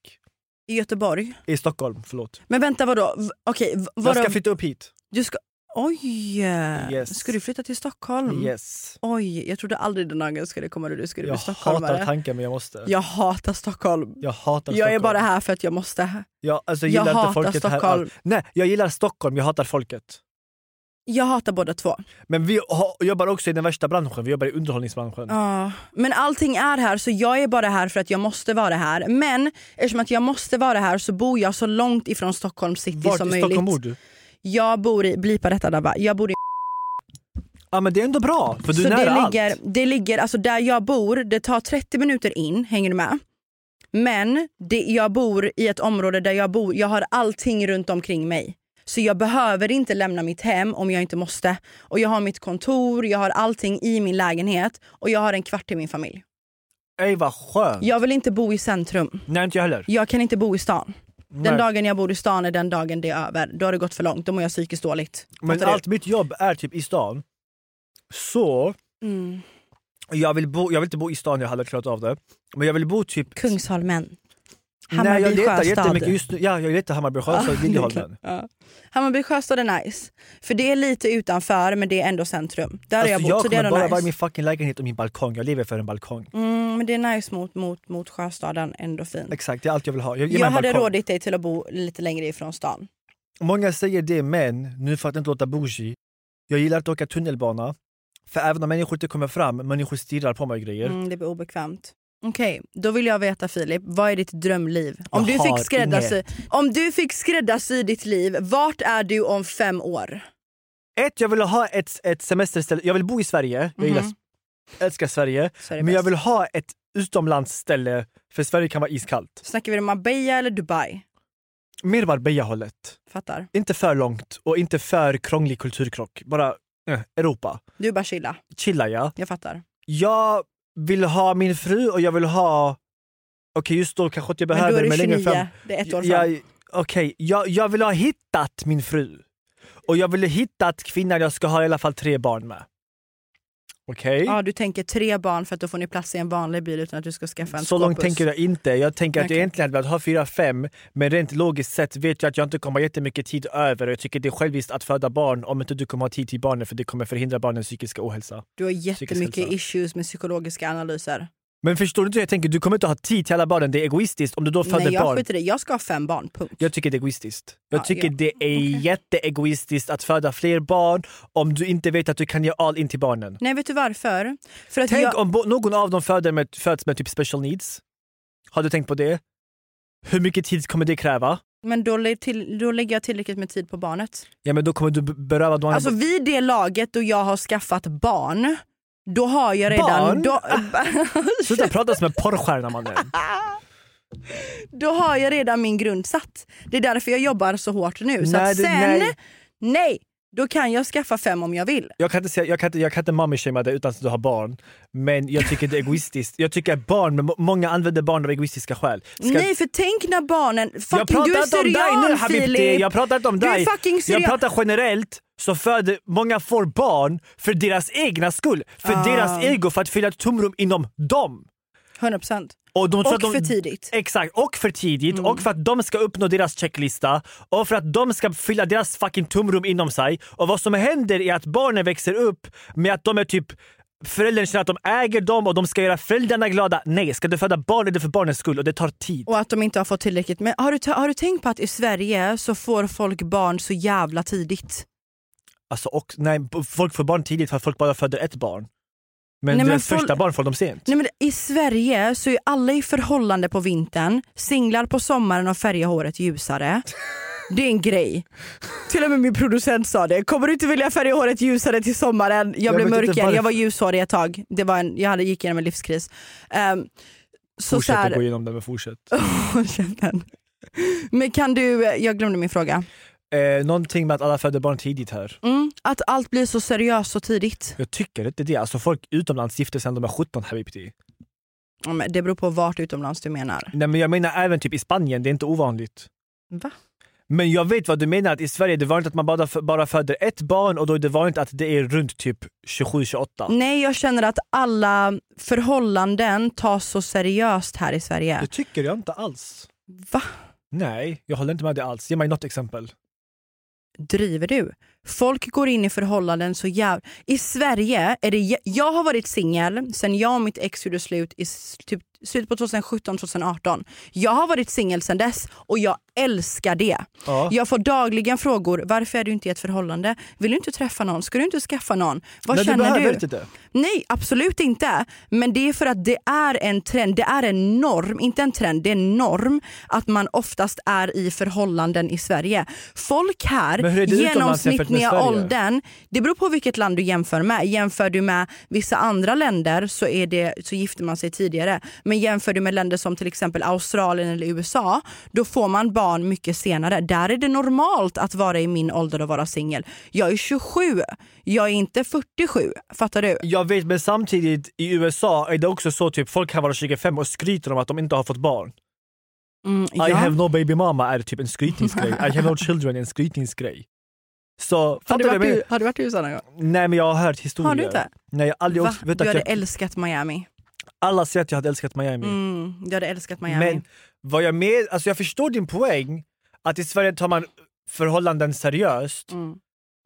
Speaker 3: I Göteborg.
Speaker 2: I Stockholm, förlåt.
Speaker 3: Men vänta vadå? V- Okej, v-
Speaker 2: Jag
Speaker 3: vadå?
Speaker 2: ska flytta upp hit.
Speaker 3: du ska... Oj!
Speaker 2: Yes.
Speaker 3: Ska du flytta till Stockholm?
Speaker 2: Yes.
Speaker 3: Oj, jag trodde aldrig den dagen skulle komma då Mm. du skulle
Speaker 2: Jag
Speaker 3: bli stockholmare.
Speaker 2: hatar tanken men jag måste.
Speaker 3: jag hatar Stockholm.
Speaker 2: Jag hatar
Speaker 3: Jag är
Speaker 2: Stockholm.
Speaker 3: bara här för att jag måste.
Speaker 2: Jag, alltså,
Speaker 3: Jag
Speaker 2: gillar
Speaker 3: hatar
Speaker 2: inte folket här
Speaker 3: Stockholm.
Speaker 2: alls. Nej, jag gillar Stockholm, jag hatar folket.
Speaker 3: Jag hatar båda två.
Speaker 2: Men vi ha, jobbar också i den värsta branschen, vi jobbar i underhållningsbranschen.
Speaker 3: Ja, Men allting är här så jag är bara här för att jag måste vara här. Men eftersom att jag måste vara här så bor jag så långt ifrån Stockholms city
Speaker 2: Vart i
Speaker 3: som
Speaker 2: Stockholm
Speaker 3: möjligt.
Speaker 2: bor du?
Speaker 3: Jag bor i, blipa detta Dabba, jag bor i
Speaker 2: Ja men det är ändå bra, för du är
Speaker 3: så
Speaker 2: nära
Speaker 3: det
Speaker 2: allt.
Speaker 3: ligger, det ligger, alltså där jag bor, det tar 30 minuter in, hänger du med? Men det, jag bor i ett område där jag bor, jag har allting runt omkring mig. Så jag behöver inte lämna mitt hem om jag inte måste. Och jag har mitt kontor, jag har allting i min lägenhet och jag har en kvart till min familj.
Speaker 2: Ey vad skönt.
Speaker 3: Jag vill inte bo i centrum.
Speaker 2: Nej inte jag heller.
Speaker 3: Jag kan inte bo i stan. Den
Speaker 2: Nej.
Speaker 3: dagen jag bor i stan är den dagen det är över. Då har det gått för långt, då mår jag psykiskt dåligt. Alltså
Speaker 2: Men eh,
Speaker 3: Fattar du?
Speaker 2: allt mitt jobb är typ i stan. Så
Speaker 3: Mm.
Speaker 2: jag vill, bo, jag vill inte bo i stan, jag hade klarat av det. Men jag vill bo typ...
Speaker 3: Kungsholmen.
Speaker 2: Nej, jag
Speaker 3: Hammarby
Speaker 2: letar
Speaker 3: sjöstad.
Speaker 2: jättemycket just nu. Ja, jag letar Hammarby
Speaker 3: Ja,
Speaker 2: Sjöstad,
Speaker 3: det är
Speaker 2: Liljeholmen.
Speaker 3: klart. Ja. Hammarby Sjöstad är nice. För det är lite utanför men det är ändå centrum. Där har
Speaker 2: Alltså,
Speaker 3: jag bott
Speaker 2: jag
Speaker 3: så det är
Speaker 2: kommer
Speaker 3: ändå
Speaker 2: bara
Speaker 3: nice.
Speaker 2: vara i min fucking lägenhet och min balkong. Jag lever för en balkong.
Speaker 3: mm, men det är nice mot, mot, mot Sjöstaden, ändå fint.
Speaker 2: Exakt, det är allt jag vill ha. Jag, ge mig
Speaker 3: Jag
Speaker 2: en
Speaker 3: hade
Speaker 2: balkong.
Speaker 3: rådit dig till att bo lite längre ifrån stan.
Speaker 2: Många säger det, men nu för att inte låta bougie. Jag gillar att åka tunnelbana. För även om människor inte kommer fram, människor stirrar på mig och grejer.
Speaker 3: Mm, det blir obekvämt. Okej, då vill jag veta Filip, vad är ditt drömliv? Om,
Speaker 2: Jag
Speaker 3: du
Speaker 2: har
Speaker 3: fick, skräddarsy, om du fick skräddarsy ditt liv, vart är du om fem år?
Speaker 2: Ett, jag vill ha ett, ett semesterställe. Jag vill bo i Sverige. Jag gillar, älskar Sverige.
Speaker 3: Så är det
Speaker 2: Men jag
Speaker 3: Mhm. bäst.
Speaker 2: vill ha ett utomlandsställe för Sverige kan vara iskallt.
Speaker 3: Snackar vi om Marbella eller Dubai?
Speaker 2: Mer Marbella-hållet.
Speaker 3: Fattar.
Speaker 2: Inte för långt och inte för krånglig kulturkrock. Bara eh, Europa.
Speaker 3: Du är bara chilla,
Speaker 2: Chilla ja.
Speaker 3: jag fattar.
Speaker 2: Jag vill ha min fru och jag vill ha... Okej just då kanske inte jag
Speaker 3: Men då
Speaker 2: behöver
Speaker 3: är du
Speaker 2: längre
Speaker 3: 29,
Speaker 2: fram.
Speaker 3: det är ett år fram.
Speaker 2: Jag, okej, jag, jag vill ha hittat min fru. Och jag vill ha hittat kvinnan jag ska ha i alla fall tre barn med. Okej?
Speaker 3: Ja, du tänker tre barn för att då får ni plats i en vanlig bil utan att du ska skaffa en
Speaker 2: Så långt
Speaker 3: skåpbuss.
Speaker 2: tänker jag inte. Jag tänker att
Speaker 3: Okej.
Speaker 2: jag egentligen hade velat ha fyra, fem. Men rent logiskt sett vet jag att jag inte kommer ha jättemycket tid över. Och jag tycker det är själviskt att föda barn om inte du kommer ha tid till barnen för det kommer förhindra barnens psykiska ohälsa.
Speaker 3: Du har
Speaker 2: Psykisk
Speaker 3: jättemycket
Speaker 2: hälsa.
Speaker 3: issues med psykologiska analyser.
Speaker 2: Men förstår du inte hur jag tänker? Du kommer inte ha tid till alla barnen. Det är egoistiskt om du då föder
Speaker 3: Nej, jag
Speaker 2: barn.
Speaker 3: skiter i det. Jag ska ha fem barn, punkt.
Speaker 2: Jag tycker det är egoistiskt. Jag
Speaker 3: Ja,
Speaker 2: tycker
Speaker 3: ja.
Speaker 2: det är jätteegoistiskt att föda fler barn om du inte vet att du kan ge all in till barnen.
Speaker 3: Nej, vet du varför? För att
Speaker 2: Tänk
Speaker 3: jag...
Speaker 2: om bo- någon av dem föder med, föds med typ special needs. Har du tänkt på det? Hur mycket tid kommer det kräva?
Speaker 3: Men då, lä- till, då lägger jag tillräckligt med tid på barnet.
Speaker 2: Ja men då kommer du b- beröva de andra-
Speaker 3: Alltså vid det laget då jag har skaffat barn, då har jag redan...
Speaker 2: Barn?
Speaker 3: Då,
Speaker 2: Sluta prata som en porrstjärna mannen.
Speaker 3: då har jag redan min grund satt. Det är därför jag jobbar så hårt nu. så
Speaker 2: Nej,
Speaker 3: att
Speaker 2: det-
Speaker 3: sen,
Speaker 2: nej.
Speaker 3: nej. då kan jag skaffa fem om jag vill.
Speaker 2: Jag kan inte, säga, jag kan inte, jag kan inte mommy-shamea dig utan att du har barn. Men jag tycker det är egoistiskt. Jag tycker att barn, men må- många använder barn av egoistiska skäl. Ska-
Speaker 3: Nej för tänk när barnen...
Speaker 2: jag
Speaker 3: Fucking, du
Speaker 2: pratar
Speaker 3: är
Speaker 2: inte om dig nu
Speaker 3: syrian
Speaker 2: Habibti,
Speaker 3: Filip!
Speaker 2: jag pratar inte om
Speaker 3: Du är
Speaker 2: dig.
Speaker 3: fucking
Speaker 2: Jag
Speaker 3: syrian.
Speaker 2: pratar generellt, så föder många får barn för deras egna skull. För
Speaker 3: Ah.
Speaker 2: deras ego, för att fylla ett tomrum inom dem.
Speaker 3: 100%.
Speaker 2: Och, de tror
Speaker 3: Och
Speaker 2: att de,
Speaker 3: för tidigt. Mm.
Speaker 2: Exakt, och för tidigt. Och för att de ska uppnå deras checklista. Och för att de ska fylla deras fucking tomrum inom sig. Och vad som händer är att barnen växer upp med att de är typ Föräldrarna känner att de äger dem och de ska göra föräldrarna glada. Nej, ska du föda barn är det för barnens skull och det tar tid.
Speaker 3: Och att de inte har fått tillräckligt. Men har du, ta- har du tänkt på att i Sverige så får folk barn så jävla tidigt?
Speaker 2: Alltså, och, nej, b- folk får barn tidigt för att folk bara föder ett barn. Men
Speaker 3: Nej, men
Speaker 2: deras
Speaker 3: folk-
Speaker 2: första barn får de sent.
Speaker 3: Nej, men I Sverige så är alla i förhållande på vintern, singlar på sommaren och färgar håret ljusare. Det är en grej. Till och med min producent sa det. Kommer du inte vilja färga håret ljusare till sommaren? Jag,
Speaker 2: Jag
Speaker 3: blev
Speaker 2: vet inte
Speaker 3: mörk igen.
Speaker 2: varför.
Speaker 3: Jag var ljushårig ett tag. Det var en, jag hade, gick igenom en livskris. Ehm, så så
Speaker 2: fortsätt att gå
Speaker 3: här,
Speaker 2: igenom det, men fortsätt.
Speaker 3: Käften. Men kan du, jag glömde min fråga.
Speaker 2: Eh, någonting med att alla föder barn tidigt här.
Speaker 3: Mm, att allt blir så seriöst så tidigt.
Speaker 2: Jag tycker inte det. Alltså folk utomlands gifter sig när de är 17 habibti.
Speaker 3: Ja, men Det beror på vart utomlands du menar.
Speaker 2: Nej men jag menar även typ i Spanien, det är inte ovanligt.
Speaker 3: Va?
Speaker 2: Men jag vet vad du menar, att i Sverige det är vanligt att man bara, bara föder ett barn och då är det vanligt att det är runt typ 27-28.
Speaker 3: Nej, jag känner att alla förhållanden tas så seriöst här i Sverige.
Speaker 2: Det tycker jag inte alls.
Speaker 3: Va?
Speaker 2: Nej, jag håller inte med dig alls. Ge mig något exempel.
Speaker 3: Driver du? Folk går in i förhållanden så jävla... I Sverige är det... jä- Jag har varit singel sen jag och mitt ex gjorde slut i s- typ slutet på 2017-2018. Jag har varit singel sen dess och jag älskar det.
Speaker 2: Ja.
Speaker 3: Jag får dagligen frågor, varför är du inte i ett förhållande? Vill du inte träffa någon? Ska du inte skaffa någon? Vad
Speaker 2: Nej, du
Speaker 3: känner
Speaker 2: behöver
Speaker 3: du?
Speaker 2: inte det.
Speaker 3: Nej, absolut inte. Men det är för att det är en trend, det är en norm, inte en trend, det är en norm att man oftast är i förhållanden i Sverige. Folk här,
Speaker 2: Men hur är det utomlands jämfört med
Speaker 3: genomsnittliga
Speaker 2: Sverige?
Speaker 3: åldern, det beror på vilket land du jämför med. Jämför du med vissa andra länder så, är det, så gifter man sig tidigare. Men jämför du med länder som till exempel Australien eller USA, då får man barn mycket senare. Där är det normalt att vara i min ålder och vara singel. Jag är 27, jag är inte 47. Fattar du?
Speaker 2: Jag vet men samtidigt i USA är det också så typ folk kan vara 25 och skryter om att de inte har fått barn.
Speaker 3: Mm,
Speaker 2: I
Speaker 3: ja.
Speaker 2: have no baby mama är typ en skrytningsgrej. I have no children är en skrytningsgrej. Så
Speaker 3: har,
Speaker 2: fattar
Speaker 3: du
Speaker 2: du vad jag
Speaker 3: varit
Speaker 2: menar?
Speaker 3: i, har du varit i USA någon gång?
Speaker 2: Nej men jag har hört historier.
Speaker 3: Har du inte?
Speaker 2: Nej jag har aldrig
Speaker 3: Va?
Speaker 2: åkt. Vet
Speaker 3: Du
Speaker 2: att
Speaker 3: hade
Speaker 2: jag,
Speaker 3: älskat Miami.
Speaker 2: alla säger att jag hade älskat Miami.
Speaker 3: Mm, du hade älskat Miami.
Speaker 2: Men vad jag med, alltså jag förstår din poäng att i Sverige tar man förhållanden seriöst.
Speaker 3: Mm.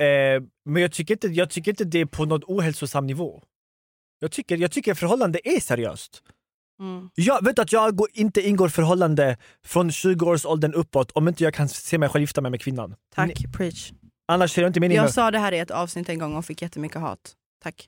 Speaker 2: Eh, men jag tycker, inte, jag tycker inte det är på något ohälsosam nivå. Jag tycker, jag tycker förhållande är seriöst.
Speaker 3: Mm.
Speaker 2: Jag vet att jag går, inte ingår förhållande från 20-årsåldern uppåt om inte jag kan se mig själv gifta mig med kvinnan.
Speaker 3: Tack, preach.
Speaker 2: Annars är det inte min
Speaker 3: Jag sa det här i ett avsnitt en gång och fick jättemycket hat. Tack.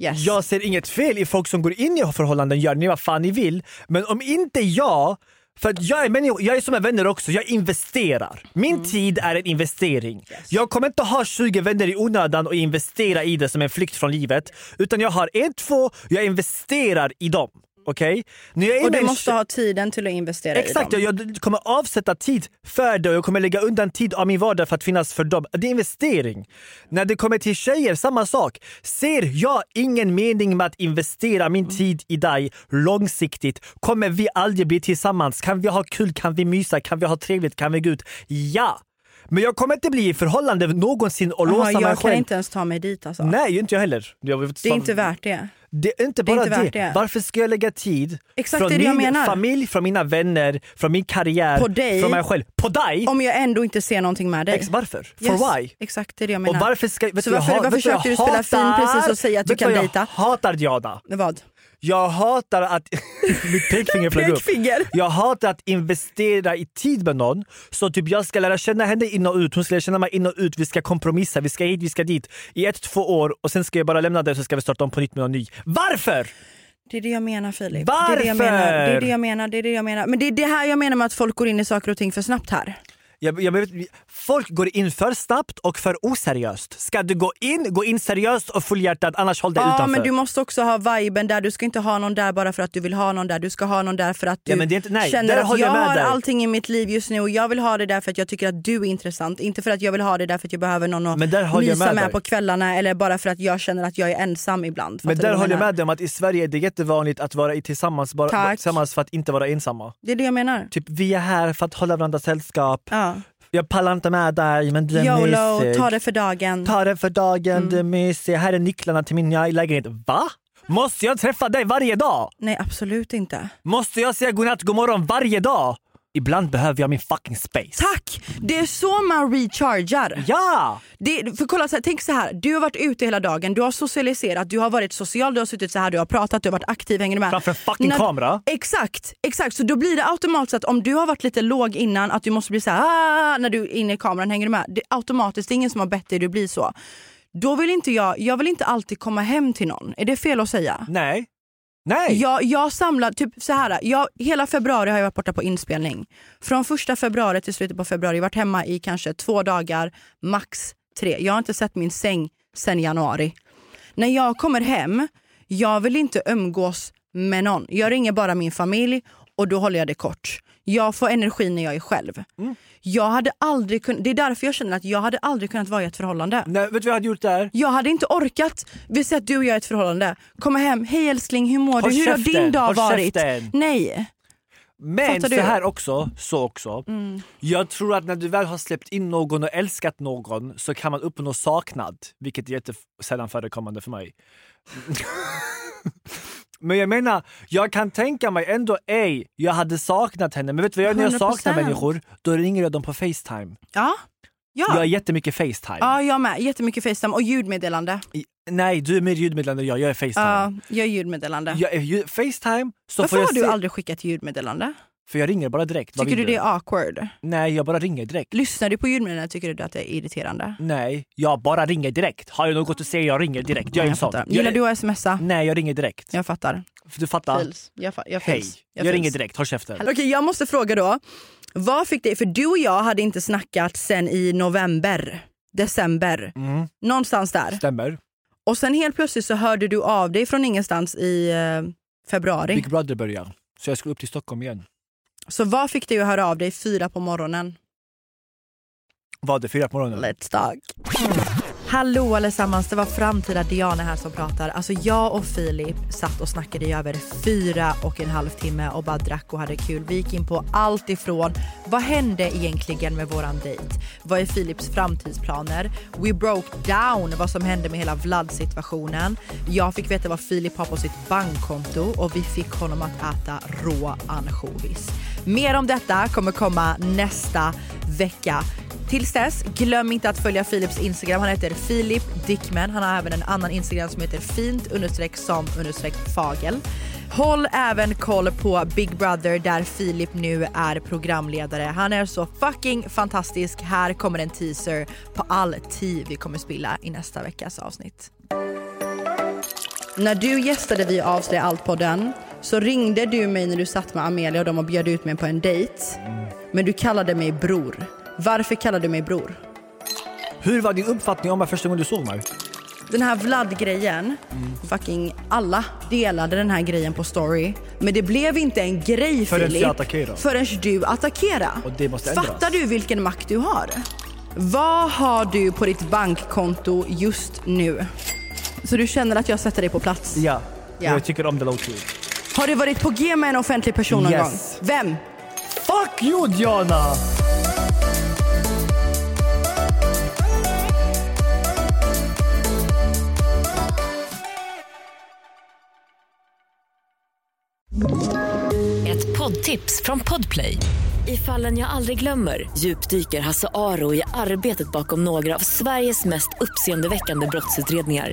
Speaker 3: Yes.
Speaker 2: Jag ser inget fel i folk som går in i förhållanden, gör ni vad fan ni vill. Men om inte jag, för att jag är, människa, jag är som en vänner också, jag investerar. Min
Speaker 3: Mm.
Speaker 2: tid är en investering. Jag kommer inte ha 20 vänner i onödan och investera i det som en flykt från livet. Utan jag har en, två, jag investerar i dem. Okej? När jag är
Speaker 3: och
Speaker 2: med
Speaker 3: du
Speaker 2: en
Speaker 3: måste ha tiden till att investera i
Speaker 2: Exakt,
Speaker 3: dem.
Speaker 2: jag, jag kommer avsätta tid för det och jag kommer lägga undan tid av min vardag för att finnas för dem. Det är investering. När det kommer till tjejer, samma sak. Ser jag ingen mening med att investera min tid i dig långsiktigt kommer vi aldrig bli tillsammans. Kan vi ha kul? Kan vi mysa? Kan vi ha trevligt? Kan vi gå ut? Ja! Men jag kommer inte bli i förhållande någonsin och låsa
Speaker 3: Jaha,
Speaker 2: mig
Speaker 3: jag kan
Speaker 2: själv.
Speaker 3: inte ens ta mig dit alltså.
Speaker 2: Nej, inte jag heller. Jag vet
Speaker 3: Det är
Speaker 2: fan-
Speaker 3: inte värt det.
Speaker 2: det är inte
Speaker 3: Det är
Speaker 2: bara det.
Speaker 3: inte värt det.
Speaker 2: Varför ska jag lägga tid
Speaker 3: Exakt
Speaker 2: från
Speaker 3: det är det jag
Speaker 2: min
Speaker 3: menar.
Speaker 2: familj, från mina vänner, från min karriär,
Speaker 3: På dig.
Speaker 2: från mig själv, på dig?
Speaker 3: Om jag ändå inte ser någonting med dig.
Speaker 2: Ex, varför?
Speaker 3: Yes,
Speaker 2: For why?
Speaker 3: Exakt, det är det jag
Speaker 2: Och
Speaker 3: menar.
Speaker 2: varför ska, vet
Speaker 3: Så
Speaker 2: du,
Speaker 3: varför-
Speaker 2: jag, ha-
Speaker 3: varför
Speaker 2: vet du, jag
Speaker 3: försökte du spela fin
Speaker 2: hatar-
Speaker 3: precis och säga att du
Speaker 2: vet
Speaker 3: kan
Speaker 2: vad jag
Speaker 3: dejta?
Speaker 2: hatar Diana.
Speaker 3: Vad?
Speaker 2: Jag hatar att... mitt pekfinger flög upp.
Speaker 3: Pekfinger.
Speaker 2: Jag hatar att investera i tid med någon. Så typ jag ska lära känna henne in och ut, hon ska lära känna mig in och ut. Vi ska kompromissa, vi ska hit, vi ska dit. I ett, två år och sen ska jag bara lämna det så ska vi starta om på nytt med någon ny. Varför?
Speaker 3: Det är det jag menar Filip. Det är det
Speaker 2: Varför?
Speaker 3: jag menar. Det är det jag menar. Det är det jag menar. Men det är det här jag menar med att folk går in i saker och ting för snabbt här.
Speaker 2: Jag, jag, vet- folk går in för snabbt och för oseriöst. Ska du gå in, gå in seriöst och fullhjärtat annars håll dig
Speaker 3: Ja
Speaker 2: utanför.
Speaker 3: men du måste också ha viben där, du ska inte ha någon där bara för att du vill ha någon där. Du ska ha någon där för att du
Speaker 2: Ja, men det är inte- nej,
Speaker 3: känner
Speaker 2: där
Speaker 3: att
Speaker 2: håller
Speaker 3: jag
Speaker 2: jag med
Speaker 3: har
Speaker 2: dig.
Speaker 3: allting i mitt liv just nu och jag vill ha det där för att jag tycker att du är intressant. Inte för att jag vill ha det där för att jag behöver någon att
Speaker 2: Men där håller jag
Speaker 3: mysa
Speaker 2: med
Speaker 3: med,
Speaker 2: dig.
Speaker 3: på kvällarna eller bara för att jag känner att jag är ensam ibland. Fattar
Speaker 2: Men
Speaker 3: du
Speaker 2: där
Speaker 3: vad
Speaker 2: håller jag
Speaker 3: menar?
Speaker 2: med dig om att i Sverige är det jättevanligt att vara i tillsammans, bara,
Speaker 3: Tack.
Speaker 2: vara tillsammans för att inte vara ensamma.
Speaker 3: Det är det jag menar.
Speaker 2: Typ vi är här för att hålla varandra sällskap.
Speaker 3: Ja.
Speaker 2: Jag pallar inte med dig men du är
Speaker 3: YOLO,
Speaker 2: mysig.
Speaker 3: ta det Mm. för dagen.
Speaker 2: Ta det för dagen, du är mysig. Här är nycklarna till min nya lägenhet. Va? Måste jag träffa dig varje dag?
Speaker 3: Nej absolut inte.
Speaker 2: Måste jag säga godnatt, god morgon varje dag? Ibland behöver jag min fucking space.
Speaker 3: Tack! Det är så man rechargar.
Speaker 2: Ja!
Speaker 3: Det, för kolla, så här, tänk så här. Du har varit ute hela dagen, du har socialiserat, du har varit social, du har suttit så här, du har pratat, du har varit aktiv. Hänger du med?
Speaker 2: Framför en fucking kamera.
Speaker 3: Exakt, exakt. Så då blir det automatiskt att om du har varit lite låg innan att du måste bli så här "Ah", när du är inne i kameran. Hänger du med? Det, är automatiskt, det är ingen som har bett dig du blir så. Då vill inte jag, jag vill inte alltid komma hem till någon. Är det fel att säga?
Speaker 2: Nej. Nej!
Speaker 3: Jag, jag samlar, typ så här, jag, hela februari har jag varit borta på inspelning. Från första februari till slutet på februari, varit hemma i kanske två dagar, max tre. Jag har inte sett min säng sen januari. När jag kommer hem, jag vill inte umgås med någon. Jag ringer bara min familj och då håller jag det kort. Jag får energi när jag är själv. Jag hade aldrig kun- det är därför jag känner att jag hade aldrig kunnat vara i ett förhållande.
Speaker 2: Nej, vet du vad jag hade gjort där?
Speaker 3: Jag hade inte orkat. Vi säger att du och jag är i ett förhållande. Komma hem, hej älskling hur mår
Speaker 2: Håll
Speaker 3: du? Hur har
Speaker 2: käften,
Speaker 3: din dag
Speaker 2: håll
Speaker 3: varit?
Speaker 2: käften.
Speaker 3: Nej.
Speaker 2: Men
Speaker 3: Fattar
Speaker 2: så
Speaker 3: du? Mm.
Speaker 2: här också, så också. Jag tror att när du väl har släppt in någon och älskat någon så kan man uppnå saknad, vilket är jättesällan förekommande för mig. men jag menar, jag kan tänka mig ändå, ej, jag hade saknat henne. Men vet du vad jag gör när jag saknar
Speaker 3: 100%.
Speaker 2: människor? Då ringer jag dem på Facetime.
Speaker 3: Ja.
Speaker 2: Jag
Speaker 3: Ja.
Speaker 2: är jättemycket Facetime.
Speaker 3: ja, jag med. Jättemycket Facetime och ljudmeddelande.
Speaker 2: I- Nej, du är mer ljudmeddelande än jag, jag är Facetime.
Speaker 3: Ja, jag är ljudmeddelande.
Speaker 2: Jag är ljud- Facetime,
Speaker 3: Ah.
Speaker 2: så
Speaker 3: Varför
Speaker 2: får jag
Speaker 3: har du
Speaker 2: se-
Speaker 3: aldrig skickat ljudmeddelande?
Speaker 2: För jag ringer bara direkt. Vad
Speaker 3: Tycker du
Speaker 2: vill
Speaker 3: det är awkward?
Speaker 2: Nej, jag bara ringer direkt.
Speaker 3: Lyssnar du på ljudmeddelande tycker du att det är irriterande?
Speaker 2: Nej, jag bara ringer direkt. Har jag något att säga, jag ringer direkt. Jag är en
Speaker 3: jag
Speaker 2: sån.
Speaker 3: fattar.
Speaker 2: Jag-
Speaker 3: Gillar du att smsa?
Speaker 2: Nej, jag ringer direkt.
Speaker 3: Jag fattar.
Speaker 2: För Du fattar?
Speaker 3: Fils. Jag, fa- jag,
Speaker 2: Hej.
Speaker 3: fils.
Speaker 2: Jag,
Speaker 3: fils.
Speaker 2: ringer direkt, håll käften.
Speaker 3: Okej, jag måste fråga då. Vad fick dig, för du och jag hade inte snackat sen i november, december. Någonstans där.
Speaker 2: Stämmer.
Speaker 3: Och sen helt plötsligt så hörde du av dig från ingenstans i eh, februari.
Speaker 2: Big Brother börjar. Så jag ska upp till Stockholm igen.
Speaker 3: Så vad fick dig att höra av dig fyra på morgonen?
Speaker 2: Var det fyra på morgonen?
Speaker 3: Let's talk. Hallå allesammans, det var framtida Diana här som pratar. Alltså jag och Filip satt och snackade i över fyra och en halv timme och bara drack och hade kul. Vi gick in på allt ifrån vad hände egentligen med våran dejt? Vad är Filips framtidsplaner? We broke down vad som hände med hela Vlad-situationen. Jag fick veta vad Filip har på sitt bankkonto och vi fick honom att äta rå ansjovis. Mer om detta kommer komma nästa vecka. Tills dess, glöm inte att följa Philips Instagram. Han heter Filip Dickman. Han har även en annan Instagram som heter fint understreck som understreck fagel. Håll även koll på Big Brother där Filip nu är programledare. Han är så fucking fantastisk. Här kommer en teaser på all tid vi kommer spilla i nästa veckas avsnitt. När du gästade Vi avslöjar allt-podden så ringde du mig när du satt med Amelia och de och bjöd ut mig på en dejt. Men du kallade mig bror. Varför kallade du mig bror?
Speaker 2: Hur var din uppfattning om mig första gången du såg mig?
Speaker 3: Den här Vlad-grejen,
Speaker 2: Mm.
Speaker 3: fucking alla delade den här grejen på story. Men det blev inte en grej
Speaker 2: Förrän jag
Speaker 3: Filip,
Speaker 2: attackerade.
Speaker 3: förrän du attackerade.
Speaker 2: Och det måste ändras.
Speaker 3: Fattar du vilken makt du har? Vad har du på ditt bankkonto just nu? Så du känner att jag sätter dig på plats?
Speaker 2: Ja.
Speaker 3: Ja.
Speaker 2: Jag tycker om det låter.
Speaker 3: Har du varit på G med en offentlig person någon
Speaker 2: Yes.
Speaker 3: gång? Vem?
Speaker 2: Fuck you Diana!
Speaker 1: Ett poddtips från Podplay. I fallen jag aldrig glömmer djupdyker Hasse Aro i arbetet bakom några av Sveriges mest uppseendeväckande brottsutredningar.